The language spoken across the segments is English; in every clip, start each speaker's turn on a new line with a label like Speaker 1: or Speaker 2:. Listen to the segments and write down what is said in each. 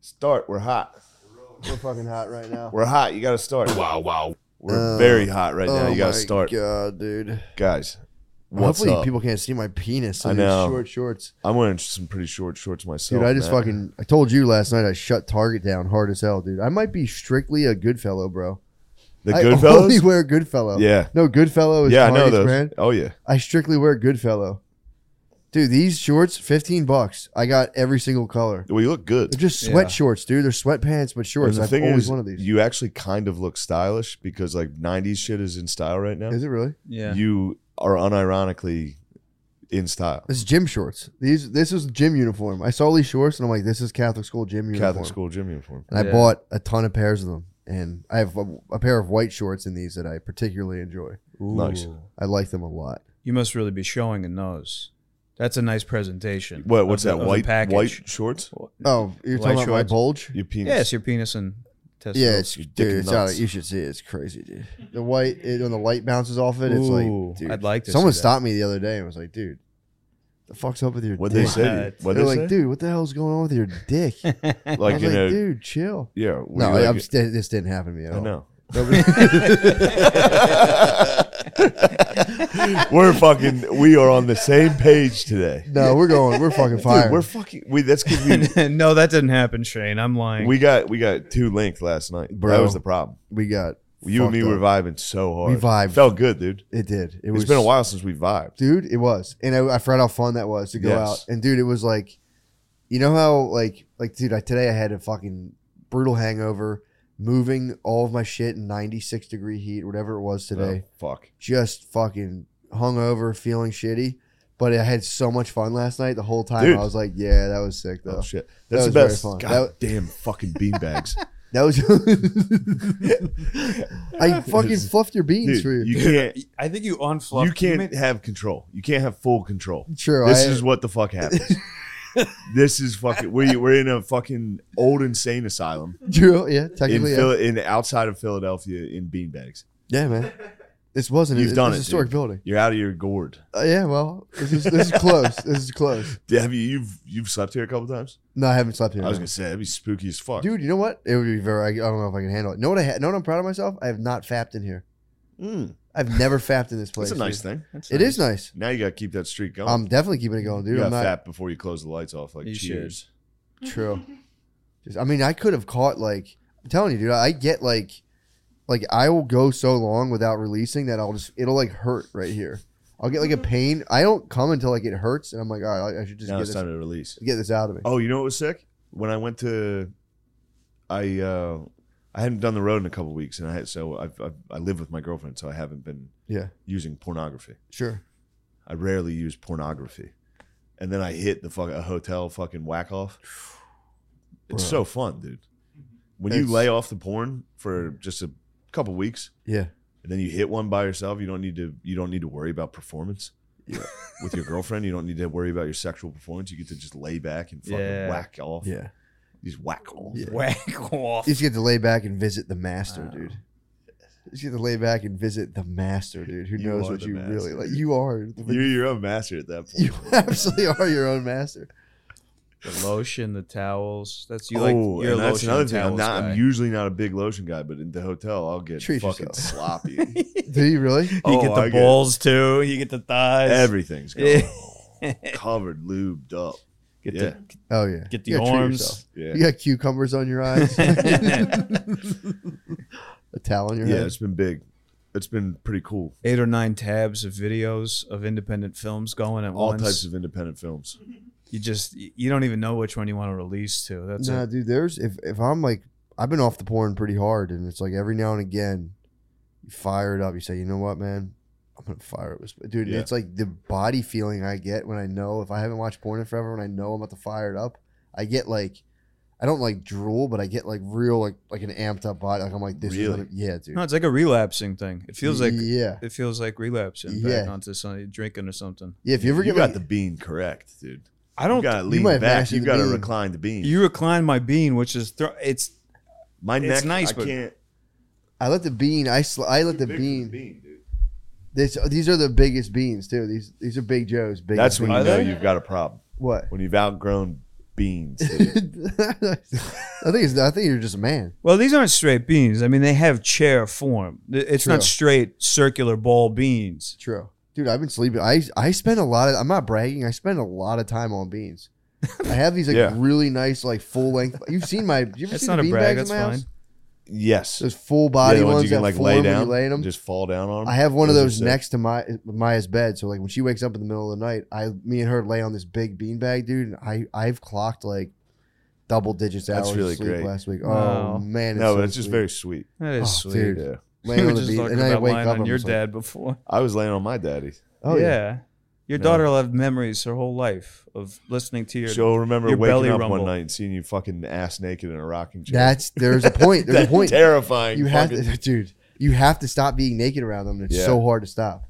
Speaker 1: Start. We're hot.
Speaker 2: We're fucking hot right now.
Speaker 1: We're hot. You got to start.
Speaker 3: Wow, wow.
Speaker 1: We're very hot right now.
Speaker 2: oh
Speaker 1: You got to
Speaker 2: my
Speaker 1: start,
Speaker 2: God, dude.
Speaker 1: guys. What's
Speaker 2: Hopefully
Speaker 1: up?
Speaker 2: people can't see my penis.
Speaker 1: I
Speaker 2: in these
Speaker 1: know.
Speaker 2: Short shorts.
Speaker 1: I'm wearing some pretty short shorts myself.
Speaker 2: Dude, I just
Speaker 1: man.
Speaker 2: fucking I told you last night I shut Target down hard as hell, dude. I might be strictly a Goodfellow, bro.
Speaker 1: the
Speaker 2: I
Speaker 1: good
Speaker 2: only
Speaker 1: fellas.
Speaker 2: wear Goodfellow.
Speaker 1: Yeah.
Speaker 2: No, Goodfellow is
Speaker 1: Yeah, I
Speaker 2: Target's
Speaker 1: know those.
Speaker 2: brand.
Speaker 1: Oh yeah,
Speaker 2: I strictly wear Goodfellow. Dude, these shorts, 15 bucks. I got every single color.
Speaker 1: well, you look good.
Speaker 2: They're just
Speaker 3: Yeah.
Speaker 2: sweat shorts, dude. They're sweatpants, but shorts.
Speaker 1: And the
Speaker 2: I've
Speaker 1: thing
Speaker 2: always
Speaker 1: is,
Speaker 2: wanted these.
Speaker 1: you actually kind of look stylish because like '90s shit is in style right now.
Speaker 2: Is it really?
Speaker 3: Yeah.
Speaker 1: You are unironically in style.
Speaker 2: This is gym shorts. These this is gym uniform. I saw these shorts and I'm like, this is Catholic school gym uniform.
Speaker 1: Catholic school gym uniform.
Speaker 2: And I
Speaker 3: Yeah.
Speaker 2: bought a ton of pairs of them. And I have a, a pair of white shorts in these that I particularly enjoy.
Speaker 1: Nice.
Speaker 2: I like them a lot.
Speaker 3: You must really be showing in those. That's a nice presentation.
Speaker 1: What?
Speaker 3: of
Speaker 1: What's
Speaker 3: the-
Speaker 1: that?
Speaker 3: of the
Speaker 1: White
Speaker 3: package.
Speaker 1: white shorts?
Speaker 2: Oh, you're talking
Speaker 3: White
Speaker 2: about my
Speaker 3: shorts.
Speaker 2: bulge?
Speaker 1: Your penis.
Speaker 3: Yes, your penis and testicles.
Speaker 2: Yeah, it's,
Speaker 1: your dick
Speaker 2: dude,
Speaker 1: and
Speaker 2: it's out
Speaker 1: nuts.
Speaker 2: you should see it. It's crazy, dude. The white it, when the light bounces off it, it's
Speaker 3: Ooh,
Speaker 2: like, dude,
Speaker 3: I'd like to
Speaker 2: Someone
Speaker 3: see that.
Speaker 2: stopped me the other day and was like, dude, the fuck's up with your
Speaker 1: What
Speaker 2: dick?
Speaker 1: they say?
Speaker 3: What?
Speaker 1: What
Speaker 2: They're
Speaker 1: they
Speaker 2: like,
Speaker 1: say?
Speaker 2: dude, what the hell's going on with your dick? I
Speaker 1: Like
Speaker 2: was
Speaker 1: you
Speaker 2: like,
Speaker 1: know?
Speaker 2: dude, chill.
Speaker 1: Yeah. were
Speaker 2: No,
Speaker 1: you like-
Speaker 2: I'm st- this didn't happen to me at all.
Speaker 1: I know.
Speaker 3: Nobody-
Speaker 1: We're fucking. We are on the same page today.
Speaker 2: No, we're going. We're fucking
Speaker 1: Dude,
Speaker 2: fired.
Speaker 1: we're fucking. We that's because we
Speaker 3: no, that didn't happen, Shane. I'm lying.
Speaker 1: we got we got too linked last night. That
Speaker 2: Bro.
Speaker 1: was the problem.
Speaker 2: we got
Speaker 1: You and me
Speaker 2: fucked
Speaker 1: were
Speaker 2: up.
Speaker 1: vibing so hard.
Speaker 2: We vibed.
Speaker 1: Felt good, dude.
Speaker 2: It did. It
Speaker 1: It
Speaker 2: was
Speaker 1: has been a while since we vibed.
Speaker 2: dude. It was, and I, I forgot how fun that was to go
Speaker 1: Yes.
Speaker 2: out. And dude, it was like, you know how like like dude, I today I had a fucking brutal hangover, moving all of my shit in 96 degree heat, whatever it was today.
Speaker 1: Oh, fuck.
Speaker 2: just fucking hungover, feeling shitty. But I had so much fun last night. The whole time
Speaker 1: Dude.
Speaker 2: I was like, "Yeah, that was sick, though."
Speaker 1: Oh shit. That's
Speaker 2: was
Speaker 1: the
Speaker 2: very
Speaker 1: best.
Speaker 2: fun.
Speaker 1: God
Speaker 2: That-
Speaker 1: damn fucking beanbags.
Speaker 2: that was. I fucking fluffed your
Speaker 1: dude,
Speaker 2: beans for you.
Speaker 1: you can't.
Speaker 3: I think you on fluff.
Speaker 1: You can't have control. You can't have full control.
Speaker 2: True,
Speaker 1: This
Speaker 2: I-
Speaker 1: is what the fuck happens. this is fucking. We we're in a fucking old insane asylum
Speaker 2: True, yeah,
Speaker 1: in
Speaker 2: technically, yeah.
Speaker 1: Phil- in outside of Philadelphia in beanbags.
Speaker 2: yeah, man. This wasn't.
Speaker 1: You've
Speaker 2: it,
Speaker 1: done
Speaker 2: it's
Speaker 1: it,
Speaker 2: a historic
Speaker 1: dude.
Speaker 2: building.
Speaker 1: You're out of your gourd.
Speaker 2: Uh, yeah, well, this is this is close. This is close.
Speaker 1: Have you you've you've slept here a couple times?
Speaker 2: No, I haven't slept here.
Speaker 1: I was
Speaker 2: no.
Speaker 1: gonna say that'd be spooky as fuck.
Speaker 2: Dude, you know what? It would be very. I don't know if I can handle it. Know what I ha- know what I'm proud of myself? I have not fapped in here.
Speaker 1: Mm,
Speaker 2: I've never fapped in this place.
Speaker 1: that's a nice
Speaker 2: dude.
Speaker 1: thing.
Speaker 2: It is nice.
Speaker 1: Now you gotta keep that streak going.
Speaker 2: I'm definitely keeping it going, dude.
Speaker 1: you gotta
Speaker 2: I'm not.
Speaker 1: fap before you close the lights off. Like
Speaker 3: You should.
Speaker 1: cheers.
Speaker 2: True. Just, I mean, I could have caught like I'm telling you, dude. I get like, like I will go so long without releasing that I'll just it'll like hurt right here. I'll get like a pain. I don't come until like it hurts, and I'm like, all right, I- I should just
Speaker 1: Now
Speaker 2: get
Speaker 1: it's
Speaker 2: this,
Speaker 1: time to release.
Speaker 2: get this out of me.
Speaker 1: Oh, you know what was sick? When I went to, I uh, I hadn't done the road in a couple weeks, and I had so I've, I've I live with my girlfriend, so I haven't been
Speaker 2: Yeah,
Speaker 1: using pornography.
Speaker 2: sure.
Speaker 1: I rarely use pornography, and then I hit the fuck a hotel fucking whack off. It's
Speaker 2: Bruh.
Speaker 1: so fun, dude. When you
Speaker 2: It's-
Speaker 1: lay off the porn for just a couple weeks,
Speaker 2: Yeah,
Speaker 1: and then you hit one by yourself, you don't need to you don't need to worry about performance.
Speaker 2: Yeah.
Speaker 1: with your girlfriend, you don't need to worry about your sexual performance. You get to just lay back and fucking
Speaker 3: Yeah.
Speaker 1: whack off.
Speaker 2: yeah.
Speaker 1: These whack off.
Speaker 2: Yeah.
Speaker 3: Whack off.
Speaker 2: You just get to lay back and visit the master,
Speaker 3: Wow.
Speaker 2: dude. You just get to lay back and visit the master, dude, who
Speaker 1: You
Speaker 2: knows
Speaker 1: are
Speaker 2: what
Speaker 1: the
Speaker 2: you
Speaker 1: master,
Speaker 2: really like.
Speaker 1: dude.
Speaker 2: You are. the-
Speaker 1: You're your own master at that point.
Speaker 2: you absolutely are your own master.
Speaker 3: The lotion, the towels. That's you
Speaker 1: oh,
Speaker 3: like.
Speaker 1: and
Speaker 3: Your
Speaker 1: that's
Speaker 3: lotion,
Speaker 1: another thing. I'm
Speaker 3: towels
Speaker 1: not.
Speaker 3: guy.
Speaker 1: I'm usually not a big lotion guy, but in the hotel, I'll get
Speaker 2: Treat
Speaker 1: fucking
Speaker 2: yourself.
Speaker 1: sloppy.
Speaker 2: Do you really?
Speaker 3: You
Speaker 1: Oh,
Speaker 3: get the
Speaker 1: I get it.
Speaker 3: balls too. You get the thighs.
Speaker 1: Everything's
Speaker 3: Yeah.
Speaker 1: going on. covered, lubed up.
Speaker 3: Get
Speaker 1: yeah,
Speaker 2: Oh yeah.
Speaker 3: the get the
Speaker 2: You gotta treat yourself.
Speaker 3: arms.
Speaker 1: yeah,
Speaker 2: You got cucumbers on your eyes. a towel on your
Speaker 1: yeah.
Speaker 2: head.
Speaker 1: It's been big. It's been pretty cool.
Speaker 3: Eight or nine tabs of videos of independent films going at
Speaker 1: All
Speaker 3: once.
Speaker 1: types of independent films.
Speaker 3: you just you don't even know which one you want to release to. That's
Speaker 2: Nah,
Speaker 3: it.
Speaker 2: dude. There's if if I'm like I've been off the porn pretty hard, and it's like every now and again, you fire it up. You say, you know what, man, I'm gonna fire it. With, dude, and
Speaker 1: Yeah.
Speaker 2: it's like the body feeling I get when I know if I haven't watched porn in forever, when I know I'm about to fire it up, I get like. I don't like drool, but I get like real, like like an amped up body. Like I'm like this. is
Speaker 1: Really?
Speaker 2: what it- yeah, dude.
Speaker 3: No, it's like a relapsing thing. It feels like
Speaker 2: yeah,
Speaker 3: it feels like relapsing back
Speaker 2: Yeah.
Speaker 3: onto something, drinking or something.
Speaker 2: yeah. If you ever
Speaker 1: You
Speaker 2: get
Speaker 1: got
Speaker 2: like,
Speaker 1: the bean correct, dude.
Speaker 3: I
Speaker 1: You
Speaker 3: don't.
Speaker 1: got to
Speaker 2: might
Speaker 1: lean
Speaker 2: have
Speaker 1: back.
Speaker 2: mastered
Speaker 1: You
Speaker 2: the
Speaker 1: got to
Speaker 2: bean.
Speaker 1: recline the bean.
Speaker 3: you recline my bean, which is throw. It's
Speaker 1: My
Speaker 3: it's
Speaker 1: neck,
Speaker 3: nice,
Speaker 1: I
Speaker 3: but-
Speaker 1: can't.
Speaker 2: I let the bean. I sl- I let the
Speaker 1: Big for the
Speaker 2: bean.
Speaker 1: bean, dude.
Speaker 2: This, these are the biggest beans too. These these are Big Joe's. Biggest
Speaker 1: That's when
Speaker 2: beans.
Speaker 1: you
Speaker 3: Are
Speaker 1: know
Speaker 3: they?
Speaker 1: you've got a problem.
Speaker 2: what?
Speaker 1: When you've outgrown beans. dude.
Speaker 2: Dude, I think it's, I think you're just a man.
Speaker 3: Well, these aren't straight beans. I mean, they have chair form. Th- It's
Speaker 2: True.
Speaker 3: not straight circular ball beans.
Speaker 2: True, dude. I've been sleeping. I I spend a lot of. I'm not bragging. I spend a lot of time on beans. I have these like
Speaker 1: Yeah.
Speaker 2: really nice like full length. You've seen my. You ever
Speaker 3: That's
Speaker 2: seen
Speaker 3: not
Speaker 2: the
Speaker 3: a
Speaker 2: bean
Speaker 3: brag.
Speaker 2: bags
Speaker 3: That's
Speaker 2: in my
Speaker 3: fine.
Speaker 2: house?
Speaker 1: Yes.
Speaker 2: Those full body
Speaker 1: Yeah, the
Speaker 2: ones,
Speaker 1: you can
Speaker 2: that
Speaker 1: like
Speaker 2: form
Speaker 1: lay
Speaker 2: when
Speaker 1: down,
Speaker 2: You lay in 'em.
Speaker 1: just fall down on. 'em.
Speaker 2: I have one of
Speaker 1: Those are
Speaker 2: those
Speaker 1: sick.
Speaker 2: next to my Maya's bed. So like when she wakes up in the middle of the night, I me and her lay on this big beanbag, dude. And I I've clocked like double digits
Speaker 1: That's
Speaker 2: hours
Speaker 1: really
Speaker 2: of sleep
Speaker 1: great.
Speaker 2: last week.
Speaker 3: Wow.
Speaker 2: Oh man,
Speaker 1: No,
Speaker 2: so
Speaker 1: but it's just
Speaker 2: sweet.
Speaker 1: very sweet.
Speaker 3: That is
Speaker 2: Oh,
Speaker 3: sweet.
Speaker 2: dude.
Speaker 1: Yeah.
Speaker 3: We
Speaker 2: laying
Speaker 3: were
Speaker 2: on the
Speaker 3: just
Speaker 2: bean,
Speaker 3: talking
Speaker 2: and then I
Speaker 3: about
Speaker 2: wake
Speaker 3: lying
Speaker 2: up
Speaker 3: on
Speaker 2: I'm
Speaker 3: your
Speaker 2: just like,
Speaker 3: dad before.
Speaker 1: I was laying on my daddy.
Speaker 2: oh yeah.
Speaker 3: Your
Speaker 1: No.
Speaker 3: daughter will have memories her whole life of listening to your.
Speaker 1: She'll remember
Speaker 3: your belly
Speaker 1: waking up
Speaker 3: rumble.
Speaker 1: one night and seeing you fucking ass naked in a rocking chair.
Speaker 2: That's there's a point. There's a
Speaker 1: That's
Speaker 2: point.
Speaker 1: terrifying.
Speaker 2: You have
Speaker 1: fucking-
Speaker 2: to, dude. You have to stop being naked around them. It's
Speaker 1: Yeah.
Speaker 2: so hard to stop.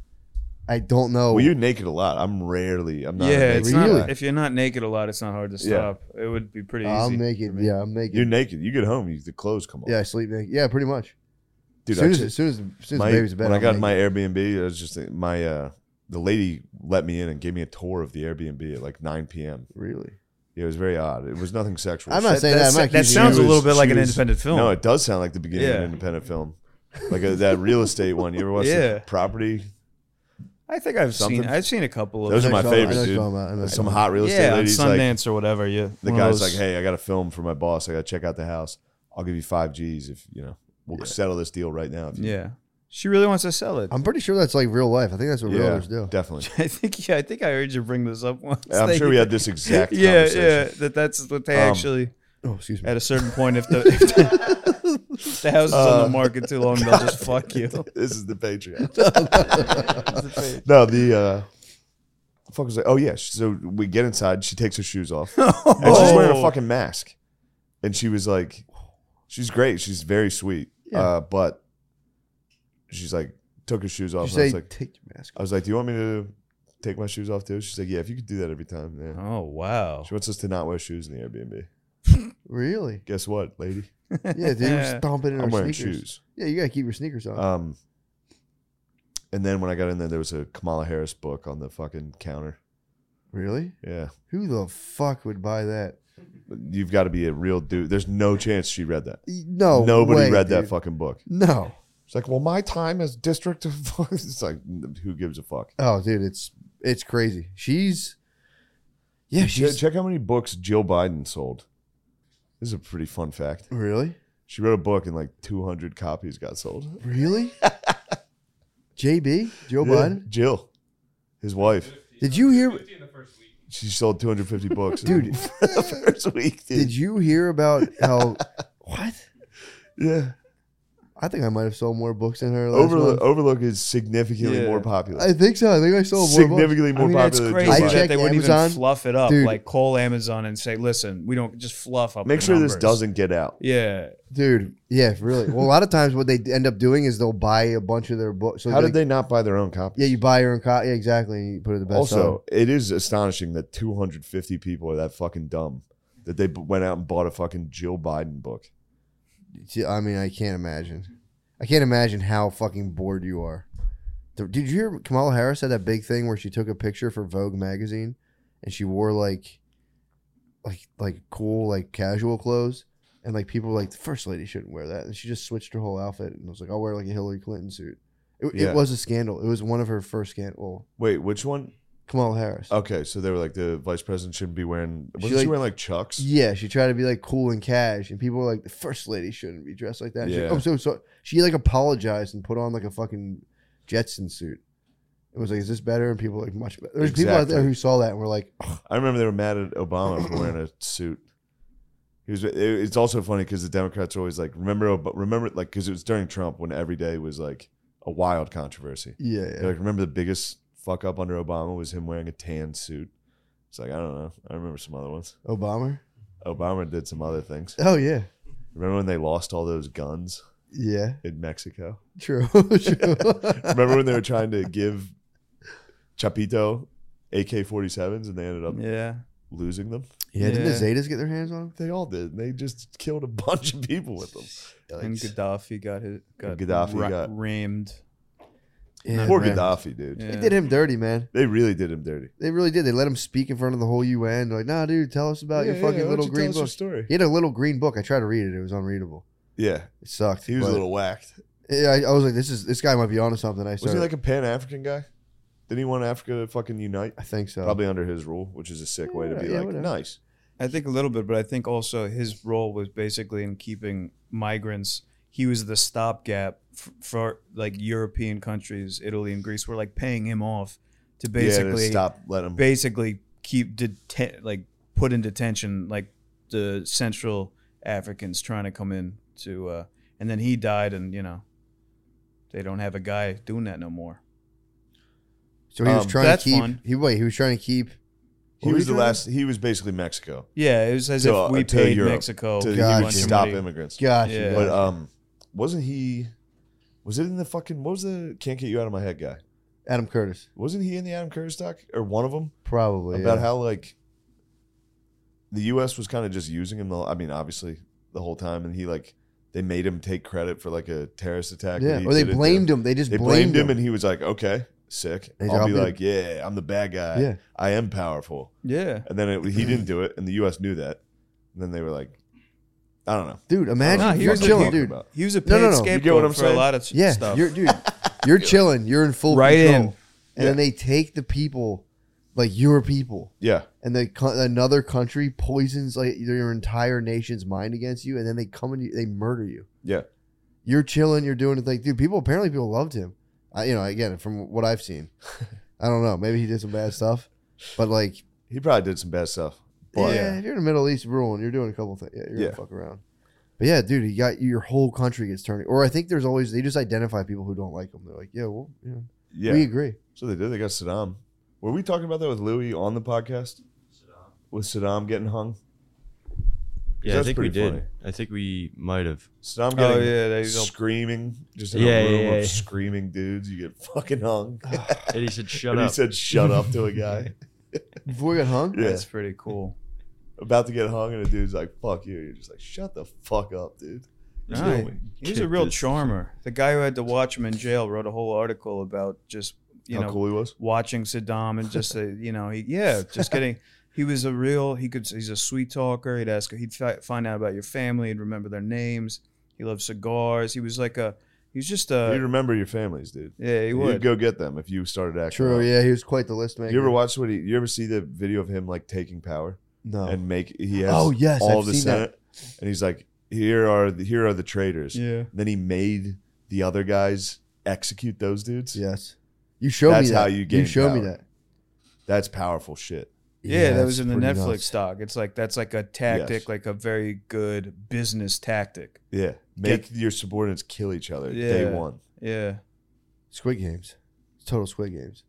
Speaker 2: I don't know.
Speaker 1: Well, you're naked a lot. I'm rarely. I'm not. a
Speaker 3: yeah,
Speaker 1: naked
Speaker 3: it's
Speaker 2: Really?
Speaker 1: guy.
Speaker 3: not. If you're not naked a lot, it's not hard to
Speaker 1: Yeah.
Speaker 3: stop. It would be pretty easy.
Speaker 2: I'm naked.
Speaker 3: for me.
Speaker 2: Yeah, I'm naked.
Speaker 1: You're naked. You get home, you, the clothes come off.
Speaker 2: yeah, I sleep naked. Yeah, pretty much.
Speaker 1: dude.
Speaker 2: soon
Speaker 1: I
Speaker 2: as,
Speaker 1: just-
Speaker 2: as soon as, as soon as
Speaker 1: my-
Speaker 2: the baby's in bed,
Speaker 1: when I
Speaker 2: I'm
Speaker 1: got
Speaker 2: naked.
Speaker 1: my Airbnb, I was just thinking- my uh, the lady let me in and gave me a tour of the Airbnb at like 9 p.m.
Speaker 2: really.
Speaker 1: Yeah, it was very odd. It was nothing sexual.
Speaker 2: I'm not
Speaker 1: She-
Speaker 2: saying that. I'm not
Speaker 3: that
Speaker 2: accusing
Speaker 3: sounds
Speaker 2: you.
Speaker 3: a little
Speaker 1: She
Speaker 3: bit
Speaker 1: was-
Speaker 3: like
Speaker 1: she
Speaker 3: an
Speaker 1: was-
Speaker 3: independent film.
Speaker 1: No, it does sound like the beginning of an
Speaker 3: Yeah.
Speaker 1: independent film, like uh that real estate one. You ever watch
Speaker 3: Yeah.
Speaker 1: the property?
Speaker 3: I think I've
Speaker 1: Something.
Speaker 3: seen. I've seen a couple of
Speaker 1: Those are
Speaker 2: I
Speaker 1: my
Speaker 2: know you're
Speaker 1: favorites,
Speaker 2: talking
Speaker 1: dude.
Speaker 2: about- I know you're
Speaker 1: Some
Speaker 2: talking
Speaker 1: hot real estate
Speaker 3: yeah, on
Speaker 1: lady's like,
Speaker 3: Sundance or whatever. Yeah,
Speaker 1: the
Speaker 3: one of
Speaker 1: guy's
Speaker 3: those-
Speaker 1: like, "Hey, I got a film for my boss. I got to check out the house. I'll give you five G's if you know we'll settle this deal right now." If you,
Speaker 3: Yeah, she really wants to sell it.
Speaker 2: I'm pretty sure that's like real life. I think that's what
Speaker 1: Yeah,
Speaker 2: realtors do.
Speaker 1: definitely.
Speaker 3: I think. Yeah, I think I heard you bring this up once.
Speaker 1: I'm
Speaker 3: They-
Speaker 1: sure we had this exact
Speaker 3: Yeah,
Speaker 1: conversation.
Speaker 3: yeah. That that's what they
Speaker 1: Um,
Speaker 3: actually
Speaker 2: Oh, excuse me.
Speaker 3: at a certain point if the if the, if the house is on
Speaker 1: Uh,
Speaker 3: the market too long they'll just fuck you.
Speaker 1: This is the Patreon. no, the uh, the fuck was that? Oh yeah. So we get inside. She takes her shoes off, and she's wearing a
Speaker 3: Oh.
Speaker 1: fucking mask. And she was like, "She's great. She's very sweet."
Speaker 2: Yeah.
Speaker 1: Uh, but she's like, took her shoes off.
Speaker 2: You
Speaker 1: and I
Speaker 2: say
Speaker 1: was Oh, like,
Speaker 2: take your mask.
Speaker 1: I was like, "Do you want me to take my shoes off too?" She's like, "Yeah, if you could do that every time." Yeah.
Speaker 3: Oh wow.
Speaker 1: She wants us to not wear shoes in the Airbnb.
Speaker 2: Really?
Speaker 1: Guess what, lady?
Speaker 2: Yeah, dude, we're stomping in
Speaker 1: I'm
Speaker 2: our
Speaker 1: wearing
Speaker 2: sneakers.
Speaker 1: shoes.
Speaker 2: Yeah, you gotta keep your sneakers on.
Speaker 1: Um, and then when I got in there, there was a Kamala Harris book on the fucking counter.
Speaker 2: really?
Speaker 1: Yeah,
Speaker 2: Who the fuck would buy that?
Speaker 1: you've got to be a real dude. There's no chance she read that.
Speaker 2: E- No,
Speaker 1: Nobody
Speaker 2: way,
Speaker 1: read that
Speaker 2: dude.
Speaker 1: fucking book.
Speaker 2: No.
Speaker 1: It's like, well, my time as district of it's like, who gives a fuck?
Speaker 2: Oh, dude, it's it's crazy. She's yeah,
Speaker 1: Check,
Speaker 2: she's
Speaker 1: check how many books Jill Biden sold. This is a pretty fun fact.
Speaker 2: really,
Speaker 1: She wrote a book and like 200 copies got sold.
Speaker 2: really. JB Joe
Speaker 1: Yeah,
Speaker 2: Biden.
Speaker 1: Jill, his wife.
Speaker 2: Did you hear?
Speaker 1: She sold 250 books,
Speaker 2: Dude.
Speaker 1: In the first week, dude.
Speaker 2: Did you hear about how? what?
Speaker 1: yeah.
Speaker 2: I think I might have sold more books than her. Last
Speaker 1: Overlook,
Speaker 2: month.
Speaker 1: Overlook is significantly
Speaker 3: Yeah.
Speaker 1: more popular.
Speaker 2: I think so. I think I sold more books.
Speaker 1: significantly more
Speaker 3: I mean, it's
Speaker 1: popular.
Speaker 3: crazy
Speaker 1: Than Joe
Speaker 2: I
Speaker 1: Biden.
Speaker 3: that
Speaker 2: checked
Speaker 3: they wouldn't
Speaker 2: Amazon.
Speaker 3: even fluff it up.
Speaker 2: Dude.
Speaker 3: Like call Amazon and say, "Listen, we don't just fluff up."
Speaker 1: Make
Speaker 3: the
Speaker 1: sure this
Speaker 3: numbers."
Speaker 1: doesn't get out.
Speaker 3: Yeah,
Speaker 2: Dude, yeah, really. Well, a lot of times what they end up doing is they'll buy a bunch of their books. So
Speaker 1: How did
Speaker 2: like-
Speaker 1: they not buy their own copies?
Speaker 2: Yeah, you buy your own copy. Yeah, exactly. And you put it in the best.
Speaker 1: also, it is astonishing that 250 people are that fucking dumb that they b- went out and bought a fucking Jill Biden book.
Speaker 2: seller. See, I mean, I can't imagine. I can't imagine how fucking bored you are. The- Did you hear Kamala Harris had that big thing where she took a picture for Vogue magazine, and she wore like, like like cool like casual clothes, and like people were like the first lady shouldn't wear that, and she just switched her whole outfit and was like, I'll wear like a Hillary Clinton suit. It,
Speaker 1: Yeah.
Speaker 2: it was a scandal. It was one of her first scandal. Well,
Speaker 1: Wait, which one?
Speaker 2: Kamala Harris.
Speaker 1: Okay, so they were like the vice president shouldn't be wearing. Wasn't
Speaker 2: She
Speaker 1: she,
Speaker 2: like-
Speaker 1: wearing like Chucks?
Speaker 2: Yeah, she tried to be like cool and cash, and people were like, "The first lady shouldn't be dressed like that." She's like,
Speaker 1: Yeah.
Speaker 2: I'm so sorry. She like apologized and put on like a fucking Jetson suit. It was like, "Is this better?" And people were like, "Much better." There's people out there
Speaker 1: Exactly.
Speaker 2: who saw that and were like, "Ugh,
Speaker 1: I remember they were mad at Obama for wearing a suit. He was. it- It's also funny because the Democrats are always like, remember, Ob- remember, like because it was during Trump when every day was like a wild controversy.
Speaker 2: "Yeah, yeah."
Speaker 1: They're like, remember the biggest fuck up under Obama was him wearing a tan suit. It's like I don't know. I remember some other ones.
Speaker 2: Obama."
Speaker 1: Obama did some other things.
Speaker 2: Oh yeah,
Speaker 1: Remember when they lost all those guns
Speaker 2: yeah,
Speaker 1: in Mexico?
Speaker 2: true. true.
Speaker 1: Remember when they were trying to give Chapito AK-47s and they ended up
Speaker 3: yeah.
Speaker 1: losing them?
Speaker 2: yeah, didn't the
Speaker 3: Yeah.
Speaker 2: Zetas get their hands on him?
Speaker 1: They all did. They just killed a bunch of people with them.
Speaker 3: And Gaddafi got hit. Got
Speaker 1: Gaddafi
Speaker 3: ra-
Speaker 1: got-
Speaker 3: rammed.
Speaker 2: Yeah,
Speaker 1: Poor
Speaker 2: man.
Speaker 1: Gaddafi, dude.
Speaker 3: Yeah.
Speaker 2: They did him dirty, man.
Speaker 1: They really did him dirty.
Speaker 2: They really did. They let him speak in front of the whole UN. They're like, nah, dude, tell us about your fucking little green book.
Speaker 1: story.
Speaker 2: He had a little green book. I tried to read it. It was unreadable.
Speaker 1: Yeah,
Speaker 2: It sucked.
Speaker 1: he was a
Speaker 2: but-
Speaker 1: little whacked.
Speaker 2: Yeah, I, I was like, this is this guy might be onto something. I
Speaker 1: Wasn't
Speaker 2: started,
Speaker 1: he like a Pan African guy? Didn't he want Africa to fucking unite?
Speaker 2: I think so.
Speaker 1: Probably under his rule, which is a sick way to
Speaker 2: Yeah,
Speaker 1: be
Speaker 2: yeah,
Speaker 1: like
Speaker 2: whatever.
Speaker 1: nice.
Speaker 3: I think a little bit, but I think also his role was basically in keeping migrants. He was the stopgap f- for like European countries, Italy and Greece were like paying him off to
Speaker 1: yeah,
Speaker 3: basically
Speaker 1: to stop, let him.
Speaker 3: basically keep deten- like put in detention like the Central Africans trying to come in to uh, and then he died and you know they don't have a guy doing that no more.
Speaker 2: so he was
Speaker 1: Um,
Speaker 2: trying
Speaker 3: that's
Speaker 2: to keep.
Speaker 3: fun.
Speaker 2: He wait, he was trying to keep.
Speaker 1: he
Speaker 2: What were
Speaker 1: was
Speaker 2: you
Speaker 1: the
Speaker 2: trying
Speaker 1: last. He was basically Mexico.
Speaker 3: Yeah, it was as
Speaker 1: To, uh,
Speaker 3: if we
Speaker 1: to
Speaker 3: paid
Speaker 1: Europe,
Speaker 3: Mexico
Speaker 1: to
Speaker 3: a
Speaker 1: he
Speaker 2: gotcha.
Speaker 1: would
Speaker 3: bunch of
Speaker 1: stop
Speaker 3: Oh, money.
Speaker 1: immigrants.
Speaker 2: To? Gosh,
Speaker 3: Yeah.
Speaker 1: But um, wasn't he? Was it in the fucking? What was the? Can't get you out of my head, guy. uh,
Speaker 2: Adam Curtis
Speaker 1: Wasn't he in the Adam Curtis doc or one of them
Speaker 2: probably
Speaker 1: about
Speaker 2: yeah.
Speaker 1: how like the U.S. was kind of just using him? The I mean, obviously the whole time, and he like they made him take credit for like a terrorist attack.
Speaker 2: Yeah, or they blamed him. They just
Speaker 1: They blamed him, and he was like, "Okay, sick.
Speaker 2: They
Speaker 1: I'll
Speaker 2: dropped
Speaker 1: be
Speaker 2: him.
Speaker 1: like, yeah, I'm the bad guy.
Speaker 2: Yeah.
Speaker 1: I am powerful."
Speaker 3: Yeah.
Speaker 1: And then it, he didn't do it, and the U.S. knew that. And then they were like, "I don't know."
Speaker 2: dude, imagine
Speaker 3: Nah,
Speaker 2: you're
Speaker 3: here's the
Speaker 2: chilling,
Speaker 3: thing.
Speaker 2: dude.
Speaker 1: About.
Speaker 3: He was a paid
Speaker 2: No, no, no. You
Speaker 3: scapegoat
Speaker 1: get what I'm
Speaker 3: for
Speaker 1: saying?
Speaker 3: a lot of s-
Speaker 2: Yeah,
Speaker 3: stuff.
Speaker 2: you're dude, you're chilling. You're in full
Speaker 3: Right
Speaker 2: control.
Speaker 3: in.
Speaker 2: and then they take the people, like your people,
Speaker 1: Yeah,
Speaker 2: and they co- another country poisons like your entire nation's mind against you, and then they come and you- they murder you.
Speaker 1: yeah.
Speaker 2: you're chilling, you're doing it. Like, dude, people apparently people loved him. I, you know, again, from what I've seen, I don't know. Maybe he did some bad stuff, but like,
Speaker 1: He probably did some bad stuff.
Speaker 2: yeah,
Speaker 1: But
Speaker 2: if you're in the Middle East ruling, you're doing a couple things. Yeah, you're
Speaker 1: Yeah.
Speaker 2: gonna fuck around. But yeah, dude, you got your whole country gets turned. Or I think there's always they just identify people who don't like him. They're like, yeah, well, you know,
Speaker 1: yeah,
Speaker 2: we agree.
Speaker 1: so they did. They got Saddam. Were we talking about that with Louis on the podcast? With Saddam getting hung.
Speaker 4: Yeah, I
Speaker 1: That's
Speaker 4: think we
Speaker 1: pretty
Speaker 4: did.
Speaker 1: funny.
Speaker 4: I think we might have.
Speaker 1: Saddam
Speaker 3: Oh
Speaker 1: getting
Speaker 3: yeah, they don't-
Speaker 1: screaming, just in
Speaker 4: Yeah,
Speaker 1: a
Speaker 4: yeah,
Speaker 1: room
Speaker 4: yeah,
Speaker 1: of
Speaker 4: yeah.
Speaker 1: screaming dudes. You get fucking hung.
Speaker 4: And he said, "Shut
Speaker 1: and
Speaker 4: up."
Speaker 1: he said, "Shut up" to a guy
Speaker 2: Before we got hung,
Speaker 1: Yeah.
Speaker 3: that's pretty cool.
Speaker 1: about to get hung, and a dude's like, "Fuck you!" You're just like, "Shut the fuck up, dude."
Speaker 4: There's
Speaker 3: Right.
Speaker 4: way.
Speaker 3: He was a
Speaker 4: Kick
Speaker 3: real
Speaker 4: this.
Speaker 3: charmer. The guy who had to watch him in jail wrote a whole article about just you
Speaker 1: How
Speaker 3: know
Speaker 1: cool he was.
Speaker 3: watching Saddam and just a, you know he yeah just getting he was a real he could he's a sweet talker. He'd ask he'd fi- find out about your family and remember their names. He loved cigars. He was like a he was just
Speaker 1: you
Speaker 3: a
Speaker 1: remember your families, dude.
Speaker 3: yeah uh, he
Speaker 1: You'd
Speaker 3: would
Speaker 1: go get them if you started acting.
Speaker 2: true.
Speaker 1: up.
Speaker 2: Yeah, he was quite the list man.
Speaker 1: You ever watch what he? You ever see the video of him like taking power
Speaker 2: No.
Speaker 1: and make? He has
Speaker 2: oh yes,
Speaker 1: all
Speaker 2: I've
Speaker 1: of the
Speaker 2: seen
Speaker 1: Senate, and he's like, "Here are the, here are the traitors."
Speaker 3: yeah
Speaker 1: Then he made the other guys execute those dudes.
Speaker 2: that. Yes, you showed
Speaker 1: That's
Speaker 2: me that.
Speaker 1: how you gain
Speaker 2: showed me
Speaker 1: power.
Speaker 2: that.
Speaker 1: That's powerful shit.
Speaker 3: yeah, that was
Speaker 2: it's
Speaker 3: in the
Speaker 2: pretty
Speaker 3: Netflix
Speaker 2: nuts.
Speaker 3: doc. It's like that's like a tactic,
Speaker 1: Yes.
Speaker 3: like a very good business tactic.
Speaker 1: Yeah, make your subordinates kill each other day
Speaker 3: Yeah.
Speaker 1: one.
Speaker 3: Yeah,
Speaker 2: Squid Games, total Squid Games.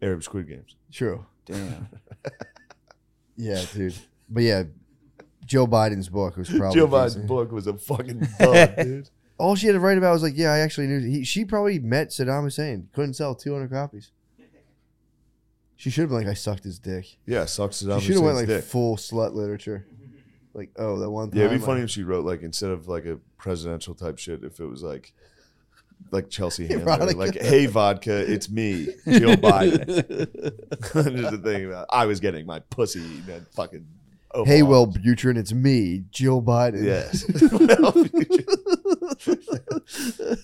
Speaker 1: Arab Squid Games.
Speaker 2: True.
Speaker 3: damn.
Speaker 2: Yeah, dude. But yeah, Joe Biden's book was probably
Speaker 1: Joe Biden's
Speaker 2: decent.
Speaker 1: book was a fucking bug, dude.
Speaker 2: All she had to write about was like, yeah, I actually knew. He, she probably met Saddam Hussein. Couldn't sell 200 copies. She should have been like, I sucked his dick.
Speaker 1: Yeah, sucks Saddam
Speaker 2: She should have went
Speaker 1: Hussein's
Speaker 2: like
Speaker 1: dick.
Speaker 2: full slut literature. Like, oh, that one time.
Speaker 1: Yeah, it'd be funny
Speaker 2: I-
Speaker 1: if she wrote like instead of like a presidential type shit, if it was like like Chelsea Handler,
Speaker 2: Erotica.
Speaker 1: like "Hey vodka, it's me, Joe Biden." Just the thing about I was getting my pussy eaten and fucking. Oval
Speaker 2: hey,
Speaker 1: Office.
Speaker 2: well, Butrin, it's me, Jill Biden.
Speaker 1: Yes.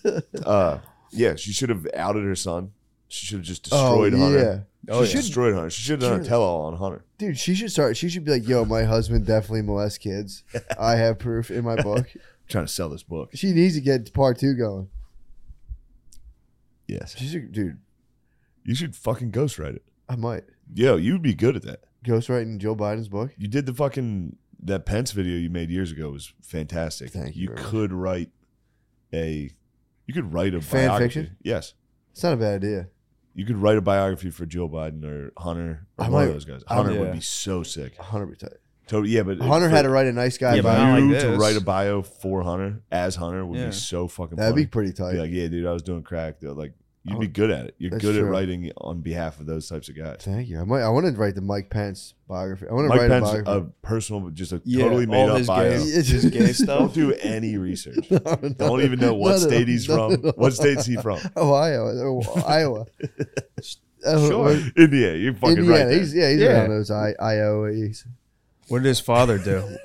Speaker 1: Well, uh, yeah, she should have outed her son. She should have just
Speaker 2: Oh,
Speaker 1: destroyed Hunter.
Speaker 2: yeah.
Speaker 1: Oh,
Speaker 2: She
Speaker 1: she
Speaker 2: should-
Speaker 1: destroyed Hunter. She should have done a
Speaker 2: Sure.
Speaker 1: tell all on Hunter.
Speaker 2: Dude, she should start. She should be like, yo, my husband definitely molests kids. I have proof in my book.
Speaker 1: trying to sell this book.
Speaker 2: She needs to get part two going.
Speaker 1: Yes.
Speaker 2: She should, dude,
Speaker 1: You should fucking ghostwrite it.
Speaker 2: I might.
Speaker 1: Yo, you'd be good at that.
Speaker 2: Ghostwriting Joe Biden's book.
Speaker 1: You did the fucking that Pence video you made years ago was fantastic.
Speaker 2: Thank you
Speaker 1: you.
Speaker 2: very much.
Speaker 1: could write a you could write a
Speaker 2: Fan
Speaker 1: biography.
Speaker 2: fiction?
Speaker 1: Yes.
Speaker 2: It's not a bad idea.
Speaker 1: You could write a biography for Joe Biden or Hunter or
Speaker 2: I
Speaker 1: one
Speaker 2: might-
Speaker 1: of those guys.
Speaker 2: I-
Speaker 1: Hunter would
Speaker 3: yeah.
Speaker 1: be so sick.
Speaker 2: Hunter be tight.
Speaker 1: Totally. Yeah, but
Speaker 2: Hunter
Speaker 1: for
Speaker 2: had to write a nice guy
Speaker 3: Yeah, but
Speaker 2: bio.
Speaker 3: not like
Speaker 1: you to
Speaker 3: this.
Speaker 1: write a bio for Hunter as Hunter would
Speaker 3: Yeah.
Speaker 1: be so fucking
Speaker 2: That'd be
Speaker 1: funny.
Speaker 2: pretty tight.
Speaker 1: Be like, yeah, dude, I was doing crack. They're like, You'd be good at it. You're
Speaker 2: That's
Speaker 1: good at
Speaker 2: true.
Speaker 1: writing on behalf of those types of guys.
Speaker 2: Thank you. I might. I want to write the Mike Pence biography. I want to
Speaker 1: Mike
Speaker 2: write
Speaker 1: Pence, uh,
Speaker 2: a biography.
Speaker 1: a personal, just a
Speaker 3: Yeah,
Speaker 1: totally
Speaker 3: all
Speaker 1: made up
Speaker 3: his
Speaker 1: bio.
Speaker 3: gays.
Speaker 2: It's
Speaker 3: His gay stuff.
Speaker 1: Don't do any research.
Speaker 2: No, no.
Speaker 1: Don't even know what
Speaker 2: Not at
Speaker 1: state
Speaker 2: all.
Speaker 1: he's
Speaker 2: Not
Speaker 1: from.
Speaker 2: at all.
Speaker 1: What state's he from?
Speaker 2: Ohio, or Iowa. Oh,
Speaker 1: Sure.
Speaker 2: or
Speaker 1: Indiana. You're fucking
Speaker 2: Indiana.
Speaker 1: right. there.
Speaker 2: he's, yeah, he's
Speaker 3: Yeah.
Speaker 2: around those I, IOEs.
Speaker 3: What did his father do? How
Speaker 2: What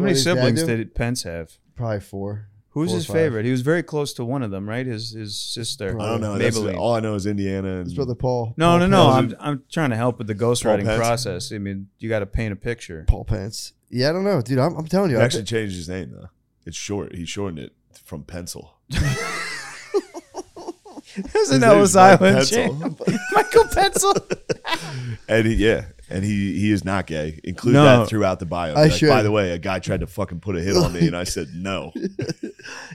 Speaker 3: many
Speaker 2: did his dad
Speaker 3: siblings
Speaker 2: do?
Speaker 3: did Pence have?
Speaker 2: Probably four.
Speaker 3: Who's
Speaker 2: Four or
Speaker 3: his
Speaker 2: five.
Speaker 3: favorite? He was very close to one of them, right? His his sister.
Speaker 1: I don't know. That's
Speaker 3: Maybelline.
Speaker 1: all I know is Indiana. And
Speaker 2: His brother Paul.
Speaker 3: No,
Speaker 2: Paul
Speaker 3: no, no.
Speaker 2: Pence.
Speaker 3: I'm I'm trying to help with the ghostwriting
Speaker 1: Pence?
Speaker 3: process. I mean, you got to paint a picture.
Speaker 2: Paul Pence. Yeah, I don't know, dude. I'm, I'm telling
Speaker 1: he
Speaker 2: you. I
Speaker 1: actually changed his name though. It's short. He shortened it from pencil.
Speaker 3: Isn't
Speaker 1: His name's Mike
Speaker 3: Michael Pencil.
Speaker 1: And he, yeah, and he he is not gay. Include
Speaker 3: No.
Speaker 1: that throughout the bio.
Speaker 2: I
Speaker 1: Like,
Speaker 2: should.
Speaker 1: By the way, a guy tried to fucking put a hit on me, and I said no.
Speaker 2: think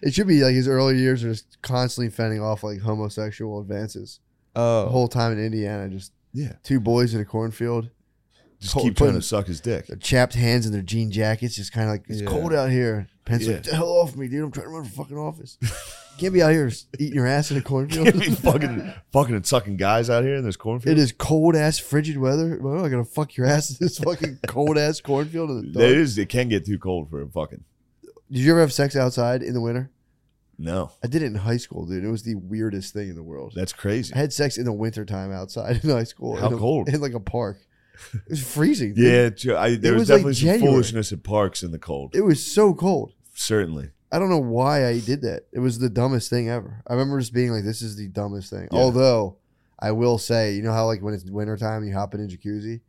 Speaker 2: it should be like his early years are just constantly fending off like homosexual advances. The
Speaker 3: Oh,
Speaker 2: whole time in Indiana, just
Speaker 1: Yeah,
Speaker 2: two boys in a cornfield,
Speaker 1: just
Speaker 2: Cold
Speaker 1: keep trying
Speaker 2: pudding.
Speaker 1: to suck his dick.
Speaker 2: their chapped hands in their jean jackets, just kind of like it's
Speaker 3: Yeah.
Speaker 2: cold out here. Pence
Speaker 1: Yeah.
Speaker 2: like, the hell off me, dude. I'm trying to run for fucking office. Can't be out here eating your ass in a cornfield.
Speaker 1: Can't be fucking fucking and sucking guys out here in this cornfield.
Speaker 2: It is cold ass frigid weather. Well, I gotta fuck your ass in this fucking cold ass cornfield. In the
Speaker 1: It
Speaker 2: dark.
Speaker 1: is. It can get too cold for a fucking.
Speaker 2: Did you ever have sex outside in the winter?
Speaker 1: No,
Speaker 2: I did it in high school, dude. It was the weirdest thing in the world.
Speaker 1: that's crazy.
Speaker 2: I had sex in the wintertime outside in high school.
Speaker 1: How
Speaker 2: in a-
Speaker 1: cold?
Speaker 2: In like a park. It was freezing. dude.
Speaker 1: Yeah, it's- I, there
Speaker 2: It
Speaker 1: was,
Speaker 2: was, like,
Speaker 1: definitely some
Speaker 2: January.
Speaker 1: foolishness at parks in the cold.
Speaker 2: It was so cold.
Speaker 1: Certainly,
Speaker 2: I don't know why I did that. It was the dumbest thing ever. I remember just being like, this is the dumbest thing.
Speaker 1: Yeah.
Speaker 2: Although I will say, you know how like when it's wintertime, you hop in a jacuzzi?